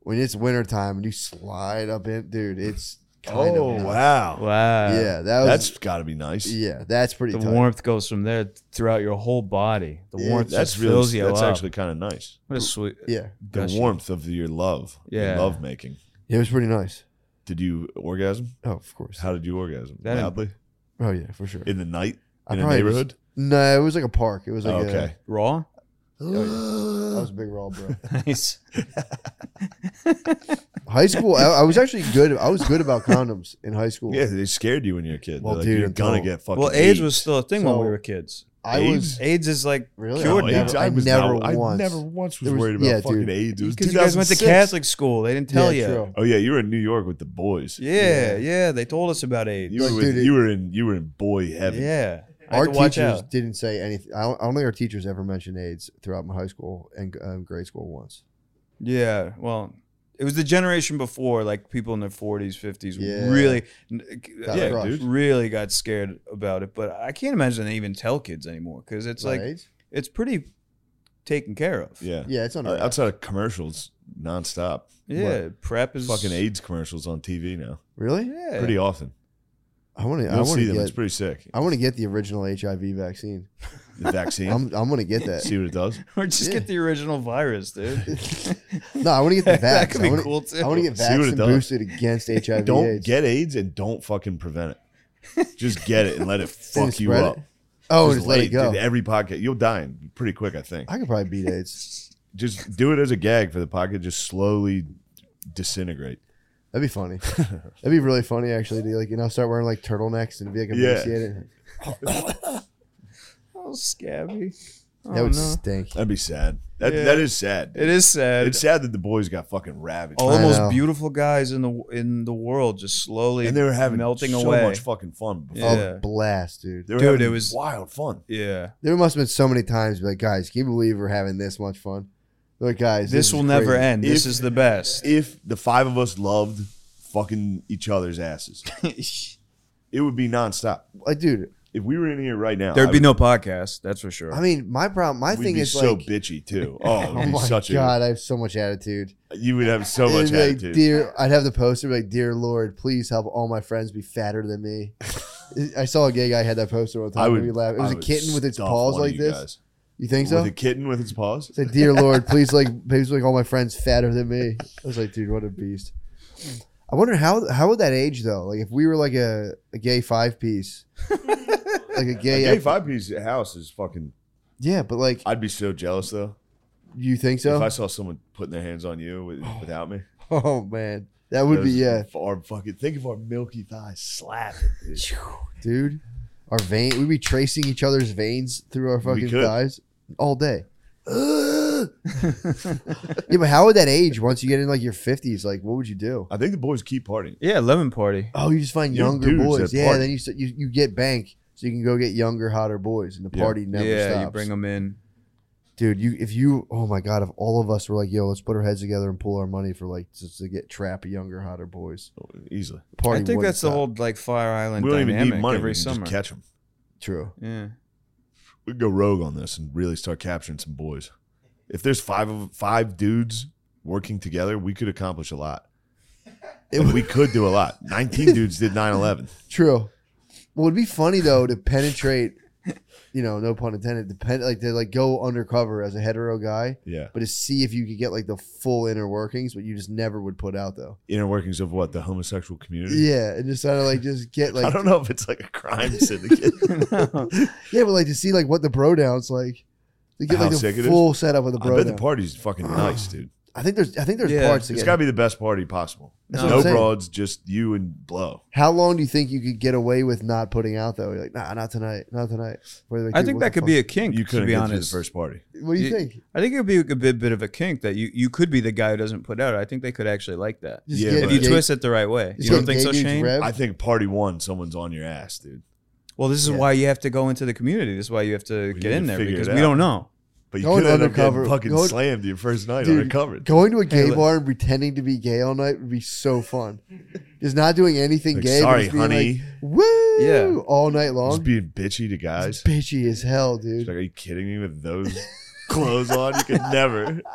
Speaker 2: When it's wintertime and you slide up in, dude, it's kind
Speaker 1: oh
Speaker 2: of.
Speaker 1: wow,
Speaker 3: wow.
Speaker 2: Yeah, that was.
Speaker 1: that's got to be nice.
Speaker 2: yeah, that's pretty
Speaker 3: The
Speaker 2: tight.
Speaker 3: warmth goes from there throughout your whole body. The
Speaker 2: Yeah,
Speaker 3: warmth
Speaker 1: That's
Speaker 3: just fills
Speaker 1: really
Speaker 3: you
Speaker 1: that's
Speaker 3: up.
Speaker 1: actually kind of nice.
Speaker 3: what a sweet.
Speaker 2: Yeah,
Speaker 1: The
Speaker 3: Gushy.
Speaker 1: warmth of your love,
Speaker 3: Yeah.
Speaker 1: love making.
Speaker 2: it was pretty nice.
Speaker 1: Did you orgasm?
Speaker 2: Oh, of course.
Speaker 1: How did you orgasm?
Speaker 3: That-
Speaker 1: Loudly
Speaker 2: Oh yeah, for sure.
Speaker 1: in the night
Speaker 2: I
Speaker 1: in a
Speaker 2: probably just-
Speaker 1: neighborhood. Oh,
Speaker 2: no, it was like a park. It was like okay.
Speaker 1: Okay.
Speaker 3: Raw.
Speaker 2: that was a big roll, bro.
Speaker 3: Nice.
Speaker 2: high school, I, I was actually good. I was good about condoms in high school.
Speaker 1: Yeah, they scared you when you're a kid.
Speaker 2: Well,
Speaker 1: Well, like,
Speaker 2: dude,
Speaker 1: you're gonna
Speaker 2: don't.
Speaker 1: get fucking.
Speaker 3: Well, AIDS was still a thing when we
Speaker 2: So-
Speaker 3: were kids.
Speaker 2: I was
Speaker 1: AIDS?
Speaker 3: AIDS is like
Speaker 2: really.
Speaker 3: Cured
Speaker 1: No,
Speaker 2: I
Speaker 3: now.
Speaker 2: never,
Speaker 1: AIDS,
Speaker 2: I,
Speaker 1: was
Speaker 2: never
Speaker 1: not-
Speaker 2: once.
Speaker 1: I never once was,
Speaker 2: There was-
Speaker 1: worried about
Speaker 2: yeah,
Speaker 1: fucking
Speaker 2: dude.
Speaker 1: AIDS. It was
Speaker 3: because you guys went to
Speaker 1: 2006.
Speaker 3: Catholic school. They didn't tell
Speaker 2: yeah,
Speaker 3: you.
Speaker 2: true.
Speaker 1: Oh yeah, you were in New York with the boys.
Speaker 3: Yeah,
Speaker 2: Yeah.
Speaker 3: yeah, They told us about AIDS.
Speaker 1: You were
Speaker 2: Like,
Speaker 1: with,
Speaker 2: dude, it-
Speaker 1: you were in you were in boy heaven.
Speaker 3: yeah. I
Speaker 2: Our
Speaker 3: had to watch
Speaker 2: teachers
Speaker 3: out.
Speaker 2: didn't say anything. I don't, I don't think our teachers ever mentioned AIDS throughout my high school and um, grade school once.
Speaker 3: Yeah. Well, it was the generation before, like people in their 40s, 50s,
Speaker 2: Yeah.
Speaker 3: really,
Speaker 2: Got
Speaker 1: Yeah,
Speaker 2: crushed.
Speaker 1: dude.
Speaker 3: really got scared about it. But I can't imagine they even tell kids anymore because it's
Speaker 2: About
Speaker 3: like
Speaker 2: AIDS?
Speaker 3: it's pretty taken care of.
Speaker 1: yeah.
Speaker 2: yeah, it's
Speaker 1: Uh,
Speaker 2: under.
Speaker 1: outside of commercials, nonstop.
Speaker 3: Yeah. Prep is
Speaker 1: Fucking AIDS commercials on TV now,
Speaker 2: really?
Speaker 3: Yeah.
Speaker 1: pretty often.
Speaker 2: I want to. I
Speaker 1: You'll
Speaker 2: want
Speaker 1: see
Speaker 2: to
Speaker 1: them. It's
Speaker 2: get.
Speaker 1: pretty sick.
Speaker 2: I want to get the original HIV vaccine.
Speaker 1: The vaccine.
Speaker 2: I'm. I'm gonna get that.
Speaker 1: See what it does.
Speaker 3: or just
Speaker 2: Yeah.
Speaker 3: get the original virus, dude.
Speaker 2: No, I want to get the vax.
Speaker 3: that could
Speaker 2: I
Speaker 3: be
Speaker 2: wanna,
Speaker 3: cool too.
Speaker 2: I want to get
Speaker 1: See what it
Speaker 2: vaxxed and
Speaker 1: does.
Speaker 2: boosted against HIV.
Speaker 1: Don't
Speaker 2: AIDS.
Speaker 1: get AIDS and don't fucking prevent it. Just get it and let it
Speaker 2: Then
Speaker 1: fuck you
Speaker 2: spread it.
Speaker 1: up.
Speaker 2: Oh,
Speaker 1: Just
Speaker 2: just let it
Speaker 1: lay-
Speaker 2: go.
Speaker 1: dude, every podcast, you'll die in pretty quick, I think.
Speaker 2: I could probably beat AIDS.
Speaker 1: Just do it as a gag for the podcast. Just slowly disintegrate.
Speaker 2: That'd be funny. That'd be really funny, actually. To like, you know, start wearing like turtlenecks and be like
Speaker 1: Yeah.
Speaker 2: emaciated.
Speaker 3: oh, scabby.
Speaker 2: That
Speaker 3: oh,
Speaker 2: would
Speaker 3: no.
Speaker 2: stink.
Speaker 1: That'd be sad. That,
Speaker 3: Yeah.
Speaker 1: that is sad.
Speaker 3: It is sad.
Speaker 1: It's sad that the boys got fucking ravaged.
Speaker 3: all the
Speaker 2: I
Speaker 3: most
Speaker 2: know.
Speaker 3: beautiful guys in the in the world just slowly
Speaker 1: and they were having
Speaker 3: melting
Speaker 1: so
Speaker 3: away.
Speaker 1: much fucking fun. Before.
Speaker 3: Yeah.
Speaker 2: Oh, blast, dude.
Speaker 1: They were
Speaker 3: Dude,
Speaker 1: having
Speaker 3: it was-
Speaker 1: wild fun.
Speaker 3: yeah,
Speaker 2: There must have been so many times, like, guys, can you believe we're having this much fun? Like, guys,
Speaker 3: this,
Speaker 2: this,
Speaker 3: will never end. this
Speaker 1: If-
Speaker 3: is the best.
Speaker 1: If the five of us loved fucking each other's asses, it would be nonstop.
Speaker 2: Like, dude,
Speaker 1: If we were in here right now, I
Speaker 3: There'd be
Speaker 1: would-
Speaker 3: no podcast, that's for sure.
Speaker 2: I mean, my problem, my
Speaker 1: We'd
Speaker 2: thing
Speaker 1: be
Speaker 2: is
Speaker 1: so
Speaker 2: like,
Speaker 1: bitchy too. Oh, it'd
Speaker 2: oh
Speaker 1: be
Speaker 2: my
Speaker 1: such
Speaker 2: god, I have so much attitude.
Speaker 1: a you would have so much
Speaker 2: It'd be like,
Speaker 1: attitude.
Speaker 2: Dear, I'd have the poster be like, "Dear Lord, please help all my friends be fatter than me." I saw a gay guy had that poster one time.
Speaker 1: I
Speaker 2: I
Speaker 1: would
Speaker 2: would, laugh. It was
Speaker 1: I
Speaker 2: a
Speaker 1: would
Speaker 2: kitten with its
Speaker 1: stuff
Speaker 2: paws
Speaker 1: one of
Speaker 2: like
Speaker 1: you
Speaker 2: this.
Speaker 1: guys.
Speaker 2: You think so?
Speaker 1: With a kitten with its paws?
Speaker 2: Said, "Dear Lord, please like please like all my friends fatter than me." I was like, "Dude, what a beast." I wonder how how would that age though? Like if we were like a, a gay five piece, like a
Speaker 1: A
Speaker 2: gay,
Speaker 1: gay five piece house is fucking.
Speaker 2: yeah, but like
Speaker 1: I'd be so jealous though
Speaker 2: you think
Speaker 1: if
Speaker 2: so?
Speaker 1: I saw someone putting their hands on you with, without me.
Speaker 2: oh man, that would be
Speaker 1: Those-
Speaker 2: yeah,
Speaker 1: Our fucking think of our milky thighs slapping. dude.
Speaker 2: dude. Our vein, we'd be tracing each other's veins through our fucking
Speaker 1: could.
Speaker 2: thighs. all day. yeah, but how would that age once you get in like your fifties? Like, what would you do?
Speaker 1: I think the boys keep partying.
Speaker 3: Yeah, lemon party.
Speaker 2: Oh, you just find
Speaker 1: Young
Speaker 2: younger
Speaker 1: dudes
Speaker 2: boys.
Speaker 1: that
Speaker 2: Yeah,
Speaker 1: party.
Speaker 2: then you, s- you you get bank, so you can go get younger, hotter boys, and the
Speaker 1: Yeah.
Speaker 2: party never
Speaker 3: yeah,
Speaker 2: stops.
Speaker 3: you bring them in.
Speaker 2: Dude, you if you oh my god, if all of us were like, yo, let's put our heads together and pull our money for like just to get trap younger, hotter boys.
Speaker 1: Easily.
Speaker 2: the Party
Speaker 3: I think
Speaker 2: wouldn't
Speaker 3: that's the
Speaker 2: stop.
Speaker 3: whole like Fire Island
Speaker 1: we don't
Speaker 3: dynamic
Speaker 1: even need money.
Speaker 3: every
Speaker 1: we can
Speaker 3: summer.
Speaker 1: just catch them.
Speaker 2: true.
Speaker 3: yeah.
Speaker 1: We can go rogue on this and really start capturing some boys. If there's five of five dudes working together, we could accomplish a lot. And we could do a lot. 19 dudes did 9/11.
Speaker 2: True. Well, it'd be funny though to penetrate, you know, no pun intended, to pen, like to like go undercover as a hetero guy,
Speaker 1: Yeah.
Speaker 2: but to see if you could get like the full inner workings, but you just never would put out though.
Speaker 1: Inner workings of what? The homosexual community?
Speaker 2: Yeah, and just try to like just get
Speaker 1: I
Speaker 2: like
Speaker 1: don't know if it's like a crime syndicate.
Speaker 2: yeah, but like to see like what the bro down's like. To get
Speaker 1: How
Speaker 2: like
Speaker 1: sick
Speaker 2: the
Speaker 1: it is?
Speaker 2: full setup of the
Speaker 1: I
Speaker 2: bro
Speaker 1: bet the
Speaker 2: down.
Speaker 1: party's fucking nice, dude.
Speaker 2: I think there's I think there's
Speaker 3: Yeah.
Speaker 2: parts to
Speaker 1: It's
Speaker 2: get.
Speaker 1: got to be the best party possible.
Speaker 3: That's
Speaker 1: No,
Speaker 3: what I'm
Speaker 2: saying.
Speaker 1: broads, just you and blow.
Speaker 2: How long do you think you could get away with not putting out though? You're like, nah, not tonight, not tonight. Where they're like,
Speaker 3: I
Speaker 2: dude,
Speaker 3: think
Speaker 2: what
Speaker 3: that
Speaker 2: the
Speaker 3: could
Speaker 2: fuck?
Speaker 3: be a kink.
Speaker 1: You
Speaker 3: to
Speaker 1: couldn't
Speaker 3: be
Speaker 1: get
Speaker 3: honest.
Speaker 1: to the first party.
Speaker 2: What do you
Speaker 3: you-
Speaker 2: think?
Speaker 3: I think it would be a bit, bit of a kink that you, you could be the guy who doesn't put out. I think they could actually like that
Speaker 2: Just
Speaker 1: Yeah,
Speaker 2: get
Speaker 1: but-
Speaker 3: if you
Speaker 2: gay-
Speaker 3: twist it the right way.
Speaker 2: just
Speaker 3: you don't
Speaker 2: get
Speaker 3: think
Speaker 2: gay
Speaker 3: so,
Speaker 2: dudes
Speaker 3: Shane?
Speaker 2: revved.
Speaker 1: I think party one, someone's on your ass, dude.
Speaker 3: Well, this is
Speaker 2: Yeah.
Speaker 3: why you have to go into the community. This is why you have to
Speaker 1: We
Speaker 3: get
Speaker 1: need
Speaker 3: in
Speaker 1: to
Speaker 3: there
Speaker 1: figure
Speaker 3: because
Speaker 1: it
Speaker 3: we
Speaker 1: out.
Speaker 3: don't know.
Speaker 1: But you
Speaker 2: Going
Speaker 1: could end up
Speaker 2: undercover-
Speaker 1: getting fucking
Speaker 2: going-
Speaker 1: slammed your first night
Speaker 2: Dude,
Speaker 1: undercover.
Speaker 2: Going to a gay
Speaker 3: look.
Speaker 2: bar and pretending to be gay all night would be so fun. Just not doing anything
Speaker 1: Like,
Speaker 2: gay. but
Speaker 1: sorry,
Speaker 2: just being
Speaker 1: honey.
Speaker 2: Like, Woo!
Speaker 3: Yeah.
Speaker 2: all night
Speaker 1: Just
Speaker 2: long.
Speaker 1: being bitchy to guys.
Speaker 2: It's bitchy as hell,
Speaker 1: It's
Speaker 2: dude.
Speaker 1: like, are you kidding me with those clothes on? You could never.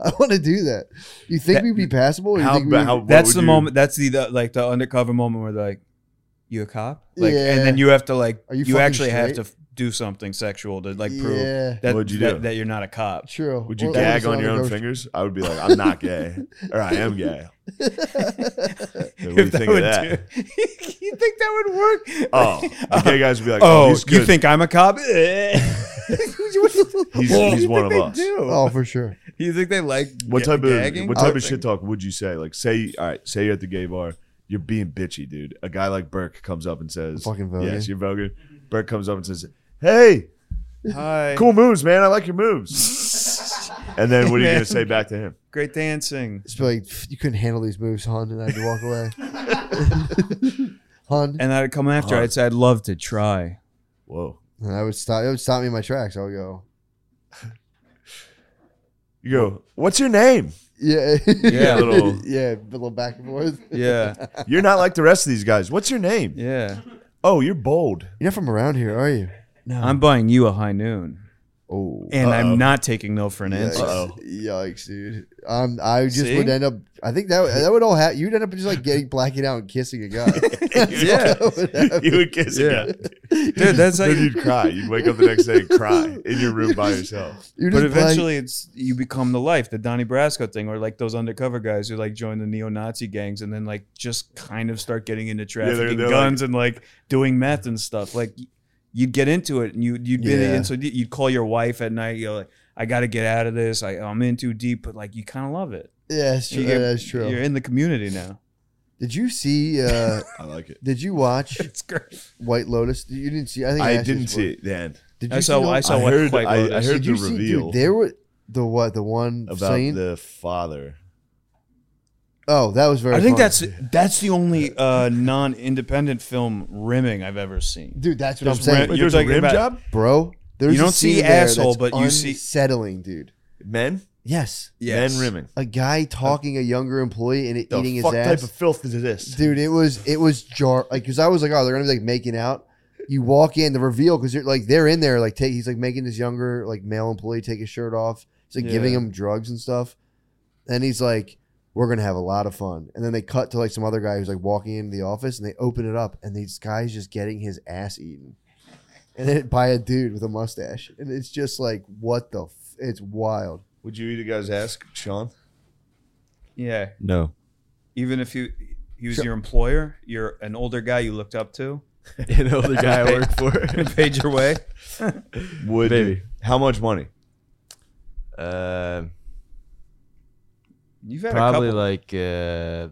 Speaker 2: I want to do that. You think
Speaker 3: That-
Speaker 2: we'd be passable? or you
Speaker 1: How,
Speaker 2: think we
Speaker 1: ba-
Speaker 2: would-
Speaker 1: how what
Speaker 3: that's
Speaker 1: would
Speaker 3: the
Speaker 1: you-
Speaker 3: moment. That's the, the like the undercover moment where they're like, "You a cop?" Like,
Speaker 2: Yeah.
Speaker 3: and then you have to like
Speaker 2: Are you
Speaker 3: you,
Speaker 2: fucking
Speaker 3: actually have
Speaker 2: straight?
Speaker 3: to f- do something sexual to like prove
Speaker 2: Yeah,
Speaker 3: that,
Speaker 1: What'd you
Speaker 3: that,
Speaker 1: do?
Speaker 3: that you're not a cop.
Speaker 2: true.
Speaker 1: Would you
Speaker 2: Or- or
Speaker 1: gag
Speaker 2: just
Speaker 1: on your own
Speaker 2: undercover-
Speaker 1: fingers? I would be like, I'm not gay, or I am gay. Like, what do you
Speaker 3: If that
Speaker 1: think of
Speaker 3: would
Speaker 1: that?
Speaker 3: do- you think that would work?
Speaker 1: Oh, the gay guys would be like, oh,
Speaker 3: Oh,
Speaker 1: he's
Speaker 3: you
Speaker 1: good.
Speaker 3: think I'm a cop? he's
Speaker 1: he's, he's one of us.
Speaker 2: Oh, for sure.
Speaker 3: You think they like
Speaker 1: What
Speaker 3: ga-
Speaker 1: type of
Speaker 3: gagging?
Speaker 1: what type of shit talk would you say? Like, say, all right, say you're at the gay bar, you're being bitchy, dude. A guy like Burke comes up and says,
Speaker 2: I'm fucking voguing.
Speaker 1: yes, you're voguing." Burke comes up and says, "Hey,
Speaker 3: Hi,
Speaker 1: cool moves, man. I like your moves." and then what are you gonna say back to him?
Speaker 3: great dancing.
Speaker 2: Just be like, "Pff, you couldn't handle these moves, hon, and I had to walk away. hon,
Speaker 3: And I'd come after.
Speaker 1: Huh.
Speaker 3: I'd say I'd love to try.
Speaker 1: Whoa,
Speaker 2: and I would stop. It would stop me in my tracks. I would go,
Speaker 1: you go. What's your name?
Speaker 2: yeah,
Speaker 3: Yeah,
Speaker 1: a little-
Speaker 2: yeah, a little back and forth.
Speaker 3: Yeah,
Speaker 1: You're not like the rest of these guys. What's your name?
Speaker 3: yeah.
Speaker 1: Oh, you're bold.
Speaker 2: You're not from around here, are you? No.
Speaker 3: I'm buying you a high noon,
Speaker 2: oh.
Speaker 3: and
Speaker 1: Uh-oh.
Speaker 3: I'm not taking no for an
Speaker 2: Yikes.
Speaker 3: answer.
Speaker 1: Uh-oh.
Speaker 2: Yikes, dude. Um, I just
Speaker 3: See?
Speaker 2: would end up. I think that that would all happen. You'd end up just like getting blacking out and kissing a guy. That's
Speaker 3: Yeah.
Speaker 2: what would happen.
Speaker 1: you would kiss
Speaker 3: Yeah.
Speaker 1: him.
Speaker 3: Dude, that's like.
Speaker 1: Then you'd cry. You'd wake up the next day and cry in your room by yourself.
Speaker 2: You're
Speaker 3: But
Speaker 2: just black-
Speaker 3: eventually, it's you become the life, the Donnie Brasco thing, or like those undercover guys who like join the neo-Nazi gangs and then like just kind of start getting into
Speaker 1: they're-
Speaker 3: trafficking
Speaker 1: they're
Speaker 3: guns and like doing meth and stuff. Like y- you'd get into it, and you you'd be
Speaker 2: Yeah.
Speaker 3: and so you'd call your wife at night. You're like, I got to get out of this. I, I'm in too deep, but like you kind of love it.
Speaker 2: yeah, that's true.
Speaker 3: You get-
Speaker 2: that's true.
Speaker 3: You're in the community now.
Speaker 2: Did you see? uh
Speaker 1: I like it.
Speaker 2: Did you watch
Speaker 3: It's great.
Speaker 2: White Lotus? You didn't see. I think I,
Speaker 1: I
Speaker 2: asked you
Speaker 1: didn't
Speaker 2: this before.
Speaker 1: see it then.
Speaker 2: Did you
Speaker 3: I saw-
Speaker 2: See the-
Speaker 3: I saw
Speaker 1: I
Speaker 3: what
Speaker 1: heard,
Speaker 3: White
Speaker 1: I, I
Speaker 3: Lotus-
Speaker 1: heard
Speaker 2: did
Speaker 1: the
Speaker 2: you see,
Speaker 1: reveal
Speaker 2: Dude, there were the what? The one
Speaker 1: about
Speaker 2: scene?
Speaker 1: the father.
Speaker 2: oh, that was very.
Speaker 3: I think
Speaker 2: funny.
Speaker 3: that's that's the only uh, non-independent film rimming I've ever seen.
Speaker 2: dude. That's what I'm
Speaker 3: There's
Speaker 2: saying,
Speaker 3: Wait, you're talking about-
Speaker 2: bro. There's
Speaker 3: You
Speaker 2: a
Speaker 3: don't see
Speaker 2: scene there
Speaker 3: asshole,
Speaker 2: that's
Speaker 3: but you see-
Speaker 2: unsettling, dude.
Speaker 1: Men,
Speaker 2: Yes,
Speaker 1: men rimming.
Speaker 2: a guy talking a younger employee and it
Speaker 1: The
Speaker 2: eating his
Speaker 1: fuck
Speaker 2: ass.
Speaker 1: type of filth is this?
Speaker 2: dude it was it was jar like because i was like oh they're gonna be like making out you walk in the reveal because you're like they're in there like take he's like making this younger like male employee take his shirt off he's like giving
Speaker 3: Yeah.
Speaker 2: him drugs and stuff and he's like we're gonna have a lot of fun and then they cut to like some other guy who's like walking into the office and they open it up and these guys just getting his ass eaten and then by a dude with a mustache and it's just like what the f- it's wild
Speaker 1: Would you eat a guy's ass, Sean?
Speaker 3: Yeah,
Speaker 4: No.
Speaker 3: even if you he was your employer, you're an older guy you looked up to,
Speaker 4: You know the guy I worked for.
Speaker 3: paid your way.
Speaker 1: Would
Speaker 4: Maybe.
Speaker 1: how much money?
Speaker 4: Uh,
Speaker 3: You've had
Speaker 4: probably
Speaker 3: a couple.
Speaker 4: like uh,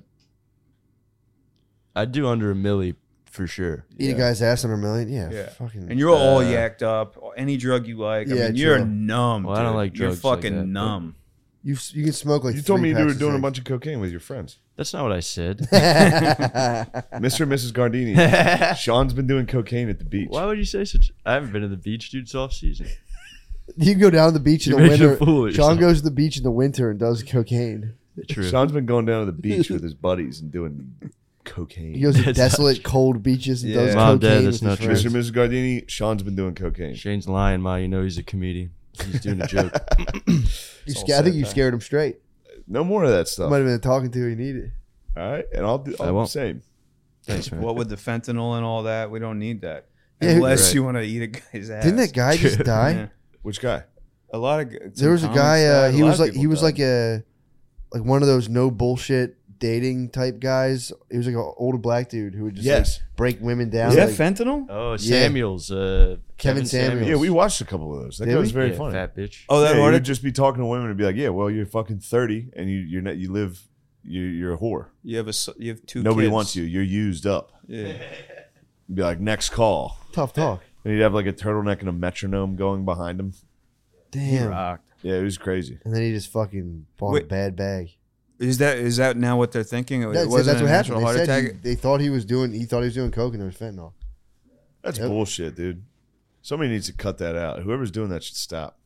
Speaker 4: I'd do under a milli for sure.
Speaker 2: eat a guy's ass under a million yeah,
Speaker 3: Yeah.
Speaker 2: fucking
Speaker 3: and you're all
Speaker 4: uh,
Speaker 3: yacked up, any drug you like. I
Speaker 2: Yeah,
Speaker 3: mean, you're
Speaker 2: true.
Speaker 3: numb.
Speaker 4: Well, I don't
Speaker 3: dude.
Speaker 4: like
Speaker 3: You're
Speaker 4: drugs like
Speaker 3: fucking
Speaker 4: that, but-
Speaker 3: numb.
Speaker 2: You s- you can smoke like
Speaker 1: you told me
Speaker 2: three
Speaker 1: you were
Speaker 2: packs of
Speaker 1: doing a
Speaker 2: cigs.
Speaker 1: bunch of cocaine with your friends.
Speaker 4: That's not what I said.
Speaker 1: Mr. and Mrs. Gardini. Sean's been doing cocaine at the beach.
Speaker 4: Why would you say such? I haven't been to the beach, dude. It's off season.
Speaker 2: you can go down to the beach in
Speaker 4: You
Speaker 2: the
Speaker 4: made a
Speaker 2: winter.
Speaker 4: fool of
Speaker 2: Sean
Speaker 4: yourself.
Speaker 2: goes to the beach in the winter and does cocaine.
Speaker 4: True.
Speaker 1: Sean's been going down to the beach with his buddies and doing cocaine.
Speaker 2: He goes to
Speaker 4: That's
Speaker 2: desolate, cold beaches and does
Speaker 3: Yeah.
Speaker 4: Mom, Dad,
Speaker 2: cocaine.
Speaker 4: that's
Speaker 2: with his
Speaker 4: not true.
Speaker 2: friends.
Speaker 1: Mr. and Mrs. Gardini, Sean's been doing cocaine.
Speaker 4: Shane's lying, Ma. You know he's a comedian. He's doing a joke.
Speaker 2: You
Speaker 3: It's all
Speaker 2: sca- I
Speaker 3: sad,
Speaker 2: think you
Speaker 3: though.
Speaker 2: scared him straight.
Speaker 1: No more of that stuff.
Speaker 2: Might have been talking to who he needed.
Speaker 1: All right, and I'll do
Speaker 4: I
Speaker 1: I'll do the
Speaker 4: won't.
Speaker 1: same.
Speaker 4: Thanks, man.
Speaker 3: What with the fentanyl and all that, we don't need that.
Speaker 2: Yeah, who-
Speaker 3: Unless
Speaker 4: Right.
Speaker 3: you want to eat a guy's ass.
Speaker 2: Didn't that guy just die?
Speaker 3: Yeah.
Speaker 1: Which guy?
Speaker 3: A lot of g- some
Speaker 2: There was a
Speaker 3: comics
Speaker 2: guy.
Speaker 3: died,
Speaker 2: Uh,
Speaker 3: a
Speaker 2: he
Speaker 3: lot
Speaker 2: was
Speaker 3: of
Speaker 2: like he
Speaker 3: people
Speaker 2: was
Speaker 3: died.
Speaker 2: like a like one of those no bullshit dating type guys. He was like an older black dude who would just like,
Speaker 1: Yes.
Speaker 2: break women down.
Speaker 3: Is that
Speaker 2: like-
Speaker 3: fentanyl?
Speaker 4: Oh,
Speaker 2: Yeah.
Speaker 4: Samuels. Uh,
Speaker 2: Kevin Samuels.
Speaker 1: Yeah, we watched a couple of those. That
Speaker 2: Did
Speaker 1: guy
Speaker 2: we?
Speaker 1: was very
Speaker 4: Yeah,
Speaker 1: funny.
Speaker 4: Fat bitch.
Speaker 3: Oh, that
Speaker 1: yeah,
Speaker 3: ordered-
Speaker 1: you'd just be talking to women and be like, "Yeah, well, you're fucking 30 and you you're not, you live you you're a whore.
Speaker 3: You have a s- you have two.
Speaker 1: Nobody
Speaker 3: kids.
Speaker 1: wants you. You're used up."
Speaker 3: Yeah.
Speaker 1: You'd be like, "Next call."
Speaker 2: tough talk.
Speaker 1: And he'd have like a turtleneck and a metronome going behind him.
Speaker 2: Damn.
Speaker 3: Rocked.
Speaker 1: Yeah, it was crazy.
Speaker 2: And then he just fucking bought a
Speaker 3: Wait.
Speaker 2: bad bag.
Speaker 3: Is that is that now what they're thinking? It
Speaker 2: That's,
Speaker 3: wasn't
Speaker 2: that's
Speaker 3: a
Speaker 2: what happened.
Speaker 3: natural
Speaker 2: They,
Speaker 3: heart
Speaker 2: said
Speaker 3: attack.
Speaker 2: he- they thought he was doing. He thought he was doing coke, and there was fentanyl.
Speaker 1: That's
Speaker 2: Yep.
Speaker 1: bullshit, dude. Somebody needs to cut that out. Whoever's doing that should stop.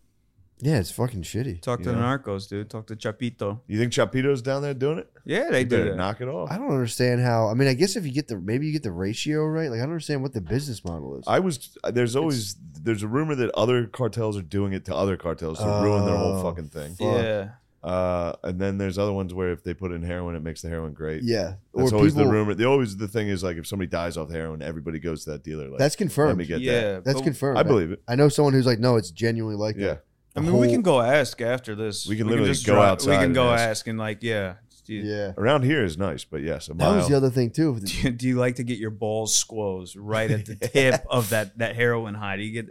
Speaker 2: Yeah, it's fucking shitty.
Speaker 3: Talk to
Speaker 1: Yeah.
Speaker 3: the narcos, dude. Talk to Chapito.
Speaker 1: You think Chapito's down there doing it?
Speaker 3: Yeah, they
Speaker 1: You better
Speaker 3: do. that.
Speaker 1: knock it off.
Speaker 2: I don't understand how. I mean, I guess if you get the maybe you get the ratio right. Like I don't understand what the business model is.
Speaker 1: I was there's always there's a rumor that other cartels are doing it to other cartels to ruin their whole
Speaker 2: Oh.
Speaker 1: fucking thing.
Speaker 2: Fuck.
Speaker 3: Yeah.
Speaker 1: Uh, and then there's other ones where if they put in heroin, it makes the heroin great.
Speaker 2: yeah,
Speaker 1: That's always the rumor. The always the thing is like if somebody dies off heroin, everybody goes to that dealer. Like,
Speaker 2: That's
Speaker 1: let me
Speaker 2: confirmed.
Speaker 1: get
Speaker 3: yeah.
Speaker 1: that.
Speaker 2: That's
Speaker 3: but-
Speaker 2: confirmed.
Speaker 1: I believe it.
Speaker 2: I know someone who's like, no, it's genuinely like
Speaker 1: Yeah,
Speaker 2: that.
Speaker 3: I
Speaker 2: The
Speaker 3: mean, we
Speaker 2: whole-
Speaker 3: can go ask after this.
Speaker 1: We can literally go
Speaker 3: drive-
Speaker 1: outside
Speaker 3: We can
Speaker 1: and
Speaker 3: go
Speaker 1: ask.
Speaker 3: ask and like, yeah. Do you,
Speaker 2: Yeah,
Speaker 1: around here is nice, but yes, a
Speaker 2: that
Speaker 1: mile.
Speaker 2: was the other thing too.
Speaker 3: Do you, do you like to get your balls squoze right at the tip of that that heroin high? Do you get?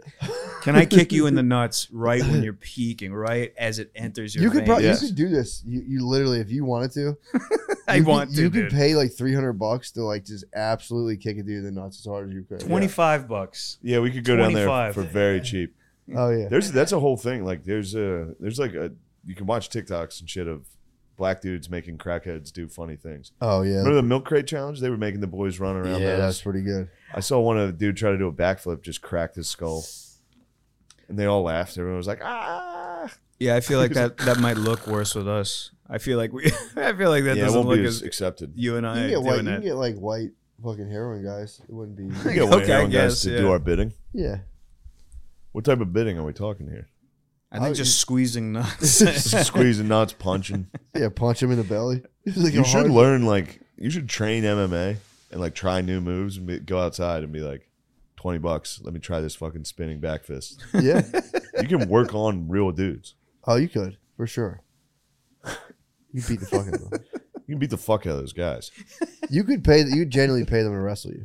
Speaker 3: Can I kick you in the nuts right when you're peaking, right as it enters your?
Speaker 2: You could
Speaker 3: vein?
Speaker 2: probably
Speaker 1: Yeah. Yes.
Speaker 2: you could do this. You, you literally, if you wanted to,
Speaker 3: I
Speaker 2: you
Speaker 3: want
Speaker 2: could,
Speaker 3: to.
Speaker 2: You
Speaker 3: dude.
Speaker 2: could pay like three hundred bucks to like just absolutely kick it through the nuts as hard as you could.
Speaker 3: twenty five bucks.
Speaker 1: yeah, we could go down there
Speaker 3: 25.
Speaker 1: for very cheap.
Speaker 2: Yeah. Oh yeah.
Speaker 1: There's that's a whole thing. Like there's a there's like a you can watch TikToks and shit of black dudes making crackheads do funny things.
Speaker 2: Oh yeah.
Speaker 1: Remember the milk crate challenge? They were making the boys run around.
Speaker 2: Yeah,
Speaker 1: those.
Speaker 2: that's pretty good.
Speaker 1: I saw one of the dude try to do a backflip, just cracked his skull, and they all laughed. Everyone was like, ah.
Speaker 3: Yeah, I feel like that that might look worse with us. I feel like we. I feel like that
Speaker 1: yeah, it
Speaker 3: doesn't
Speaker 1: won't
Speaker 3: look
Speaker 1: be
Speaker 3: as
Speaker 1: as accepted.
Speaker 3: you and
Speaker 2: You
Speaker 3: I
Speaker 2: can
Speaker 3: are
Speaker 2: get white. You
Speaker 3: doing
Speaker 2: can
Speaker 3: it.
Speaker 2: get like white fucking heroin guys. It wouldn't
Speaker 1: We
Speaker 2: be.
Speaker 1: got
Speaker 3: Okay,
Speaker 1: okay,
Speaker 3: I
Speaker 1: heroin guys
Speaker 3: guess,
Speaker 1: to
Speaker 3: yeah.
Speaker 1: do our bidding.
Speaker 2: Yeah.
Speaker 1: What type of bidding are we talking here?
Speaker 3: I think
Speaker 2: Oh,
Speaker 3: just
Speaker 2: you-
Speaker 3: squeezing nuts.
Speaker 1: Squeezing nuts, punching.
Speaker 2: Yeah. Punch him in the belly. It's like
Speaker 1: You
Speaker 2: a
Speaker 1: should
Speaker 2: hard-
Speaker 1: learn like you should train MMA and like try new moves and be, go outside and be like, twenty bucks. Let me try this fucking spinning back fist.
Speaker 2: Yeah.
Speaker 1: You can work on real dudes.
Speaker 2: Oh, you could for sure. You beat the fuck out of them.
Speaker 1: You can beat the fuck out of those guys.
Speaker 2: You could pay. You would genuinely pay them to wrestle you.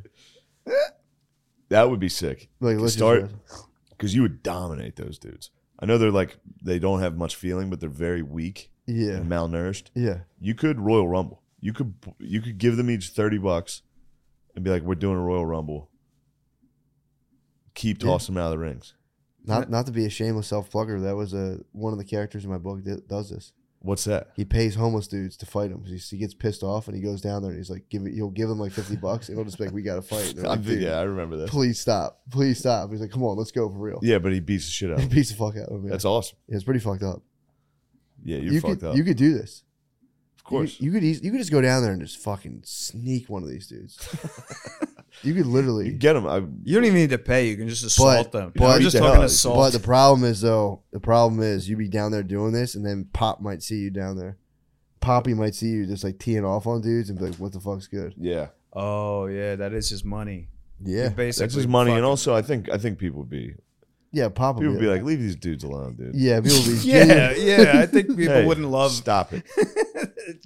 Speaker 1: That would be sick
Speaker 2: Like let's
Speaker 1: Start-
Speaker 2: Just, wrestle.
Speaker 1: because you would dominate those dudes. I know they're like they don't have much feeling, but they're very weak
Speaker 2: yeah.
Speaker 1: and malnourished.
Speaker 2: Yeah.
Speaker 1: You could Royal Rumble. You could you could give them each thirty bucks and be like, "We're doing a Royal Rumble." Keep
Speaker 2: Yeah.
Speaker 1: tossing them out of the rings.
Speaker 2: Not not to be a shameless self plugger. That was a one of the characters in my book that does this.
Speaker 1: What's that?
Speaker 2: He pays homeless dudes to fight him. He, he gets pissed off and he goes down there and he's like, give it. He'll give them like fifty bucks and he'll just be like, we got to fight. And they're
Speaker 1: I
Speaker 2: like,
Speaker 1: think-
Speaker 2: "Dude,
Speaker 1: yeah, I remember that.
Speaker 2: Please stop. Please stop. He's like, come on, let's go for real.
Speaker 1: Yeah, but he beats the shit out. of
Speaker 2: Piece
Speaker 1: him.
Speaker 2: Beats the fuck out of him. yeah.
Speaker 1: That's awesome.
Speaker 2: Yeah, it's pretty fucked up.
Speaker 1: Yeah, you're
Speaker 2: you
Speaker 1: fucked
Speaker 2: could
Speaker 1: up.
Speaker 2: you could do this.
Speaker 1: of course.
Speaker 2: You, could eas- you could just go down there and just fucking sneak one of these dudes. you could literally
Speaker 1: You, get him. I,
Speaker 3: You don't even need to pay. You can just assault them.
Speaker 2: but-
Speaker 3: I'm just
Speaker 1: Yeah.
Speaker 3: talking
Speaker 1: But
Speaker 2: But
Speaker 3: assault.
Speaker 2: the problem is though, the problem is you be down there doing this, and then Pop might see you down there. Poppy might see you just like teeing off on dudes and be like, "What the fuck's good?"
Speaker 1: yeah,
Speaker 3: oh yeah, that is his money.
Speaker 2: Yeah,
Speaker 3: Basically,
Speaker 1: that's his money, and
Speaker 3: fucking-
Speaker 1: also I think I think people would be
Speaker 2: Oh, yeah. Pop
Speaker 1: people
Speaker 2: would
Speaker 1: would be like, "Leave these dudes alone, dude."
Speaker 2: "Yeah, people be
Speaker 3: Yeah, yeah. I think people
Speaker 1: Hey,
Speaker 3: wouldn't love
Speaker 1: Stop it.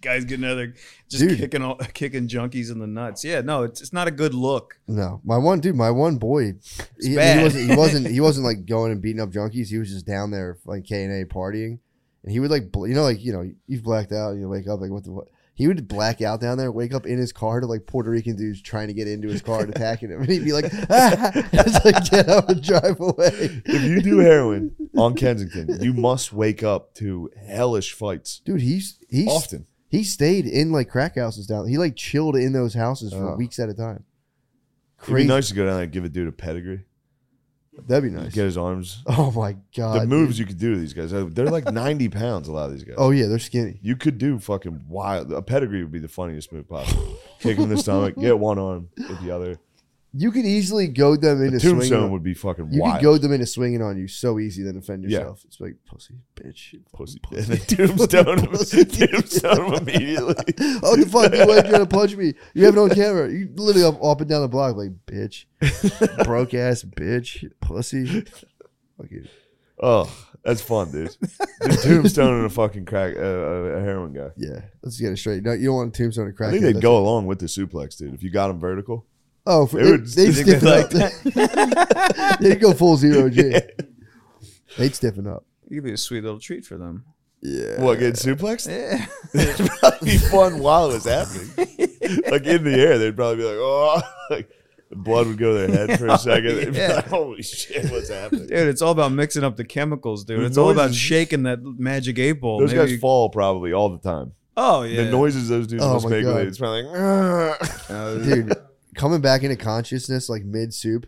Speaker 3: guys getting other just
Speaker 2: Dude.
Speaker 3: kicking all, kicking junkies in the nuts. Yeah, no, it's, it's not a good look.
Speaker 2: No, my one dude, my one boy, he, I mean,
Speaker 3: bad.
Speaker 2: he wasn't he wasn't he wasn't like going and beating up junkies. He was just down there like K and A partying, and he would like bl- you know like you know you've blacked out, you wake up like what the what. He would black out down there, wake up in his car to like Puerto Rican dudes trying to get into his car and attacking him, and he'd be like, ah, just like get out and drive away.
Speaker 1: If you do heroin on Kensington, you must wake up to hellish fights
Speaker 2: Dude, he's he's
Speaker 1: often.
Speaker 2: he stayed in like crack houses down. He like chilled in those houses for
Speaker 1: Oh.
Speaker 2: weeks at a time.
Speaker 1: It'd be
Speaker 2: Crazy.
Speaker 1: nice to go down there and give a dude a pedigree.
Speaker 2: That'd be nice.
Speaker 1: Get his arms.
Speaker 2: Oh my god.
Speaker 1: the
Speaker 2: dude.
Speaker 1: moves you could do to these guys. They're like 90 pounds, a lot of these guys.
Speaker 2: Oh yeah, they're skinny.
Speaker 1: You could do fucking wild. A pedigree would be the funniest move possible. Kick him in the stomach, get one arm, get the other.
Speaker 2: You could easily goad them
Speaker 1: A
Speaker 2: into swinging.
Speaker 1: tombstone
Speaker 2: on-
Speaker 1: would be fucking
Speaker 2: You
Speaker 1: wild.
Speaker 2: could goad them into swinging on you so easy, then offend
Speaker 1: Yeah.
Speaker 2: yourself. It's like pussy, bitch, you
Speaker 1: Pussy.
Speaker 2: fucking
Speaker 1: And then tombstone,
Speaker 2: Pussy.
Speaker 1: tombstone him immediately.
Speaker 2: oh, the fuck, you wait, you're gonna punch me. You have it on camera. You literally up, up and down the block, like, bitch. Broke ass bitch, pussy. Fucking
Speaker 1: Oh, that's fun, dude. The tombstone and a fucking crack, uh, a heroin guy.
Speaker 2: yeah. Let's get it straight. No, you don't want a tombstone to crack.
Speaker 1: I think
Speaker 2: you,
Speaker 1: they'd
Speaker 2: that's-
Speaker 1: go along with the suplex, dude. If you got him vertical,
Speaker 2: Oh, for,
Speaker 1: They
Speaker 2: they,
Speaker 1: would
Speaker 2: they'd
Speaker 1: stick it
Speaker 2: stiffen
Speaker 1: like
Speaker 2: up. they'd go full zero G. They'd stiffen up.
Speaker 3: It'd be a sweet little treat for them.
Speaker 2: Yeah.
Speaker 1: what get suplexed?
Speaker 3: Yeah.
Speaker 1: It'd probably be fun while it was happening. like in the air, they'd probably be like, "Oh!" Like the blood would go to their head for a second. They'd be
Speaker 3: Yeah.
Speaker 1: like, "Holy shit, what's happening?"
Speaker 3: Dude, it's all about mixing up the chemicals, dude.
Speaker 1: The
Speaker 3: it's all about
Speaker 1: noises-
Speaker 3: shaking that magic eight ball.
Speaker 1: Those
Speaker 3: Maybe
Speaker 1: guys
Speaker 3: you-
Speaker 1: fall probably all the time.
Speaker 3: oh yeah.
Speaker 1: The noises those dudes
Speaker 2: Oh
Speaker 1: must
Speaker 2: my
Speaker 1: make, when
Speaker 2: God.
Speaker 1: they- it's probably like, "Argh."
Speaker 3: Oh,
Speaker 2: Dude, coming back into consciousness like mid soup.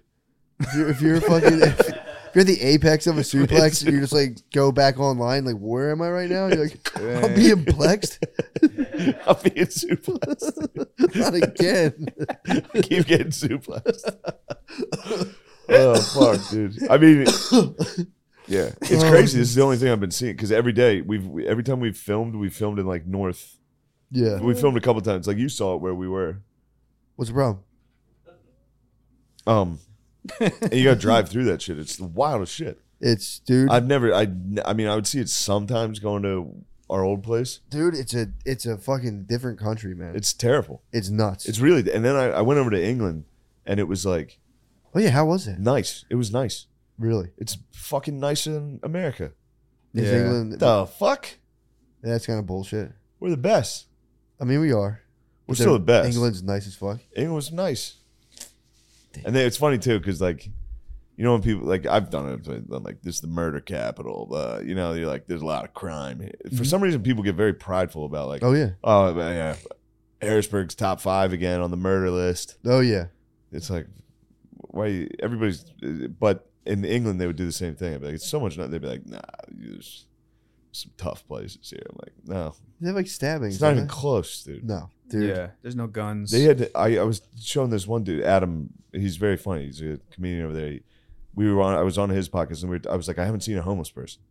Speaker 2: If you're, if you're fucking, if you're at the apex of a suplex, and you just like go back online. Like, where am I right now? You're like, I'm being plexed.
Speaker 1: "I'm being suplexed.
Speaker 2: Not again.
Speaker 1: I keep getting suplexed." oh fuck, dude. I mean, yeah, it's
Speaker 2: Oh.
Speaker 1: crazy. This is the only thing I've been seeing because every day we've we, every time we've filmed, we filmed in like North.
Speaker 2: Yeah.
Speaker 1: We filmed a couple times. Like you saw it where we were.
Speaker 2: What's the problem?
Speaker 1: Um, and you got to drive through that shit. It's the wildest shit.
Speaker 2: It's dude,
Speaker 1: I've never. I. I mean, I would see it sometimes going to our old place.
Speaker 2: dude. It's a it's a fucking different country, man. It's,
Speaker 1: It's terrible.
Speaker 2: nuts.
Speaker 1: It's really. And then I, I went over to England, and it was like
Speaker 2: oh yeah, how was it?
Speaker 1: nice. It was nice.
Speaker 2: Really?
Speaker 1: It's fucking nicer than America.
Speaker 2: Is
Speaker 3: Yeah.
Speaker 2: England?
Speaker 1: The fuck?
Speaker 2: That's kind of bullshit.
Speaker 1: We're the best.
Speaker 2: I mean, we are.
Speaker 1: We're
Speaker 2: But
Speaker 1: still the
Speaker 2: then
Speaker 1: best.
Speaker 2: England's nice as fuck.
Speaker 1: England was nice. And then it's funny too, because like, you know, when people like I've done it, but I'm like this is the murder capital. Uh, you know, you're like there's a lot of crime. Here. For some reason, people get very prideful about like,
Speaker 2: Oh yeah.
Speaker 1: Mm-hmm. oh but yeah, Harrisburg's top five again on the murder list.
Speaker 2: Oh yeah.
Speaker 1: It's like why you- everybody's, but in England they would do the same thing. I'd be like, it's so much. Not they'd be like, nah, there's some tough places here. I'm like, no,
Speaker 2: They have like stabbings.
Speaker 1: it's not
Speaker 2: don't
Speaker 1: even
Speaker 2: they?
Speaker 1: close, dude.
Speaker 2: No, dude.
Speaker 3: Yeah. There's no guns.
Speaker 1: They had I, I was showing this one dude, Adam. He's very funny. He's a comedian over there. We were on. I was on his podcast, and we were, I was like, I haven't seen a homeless person.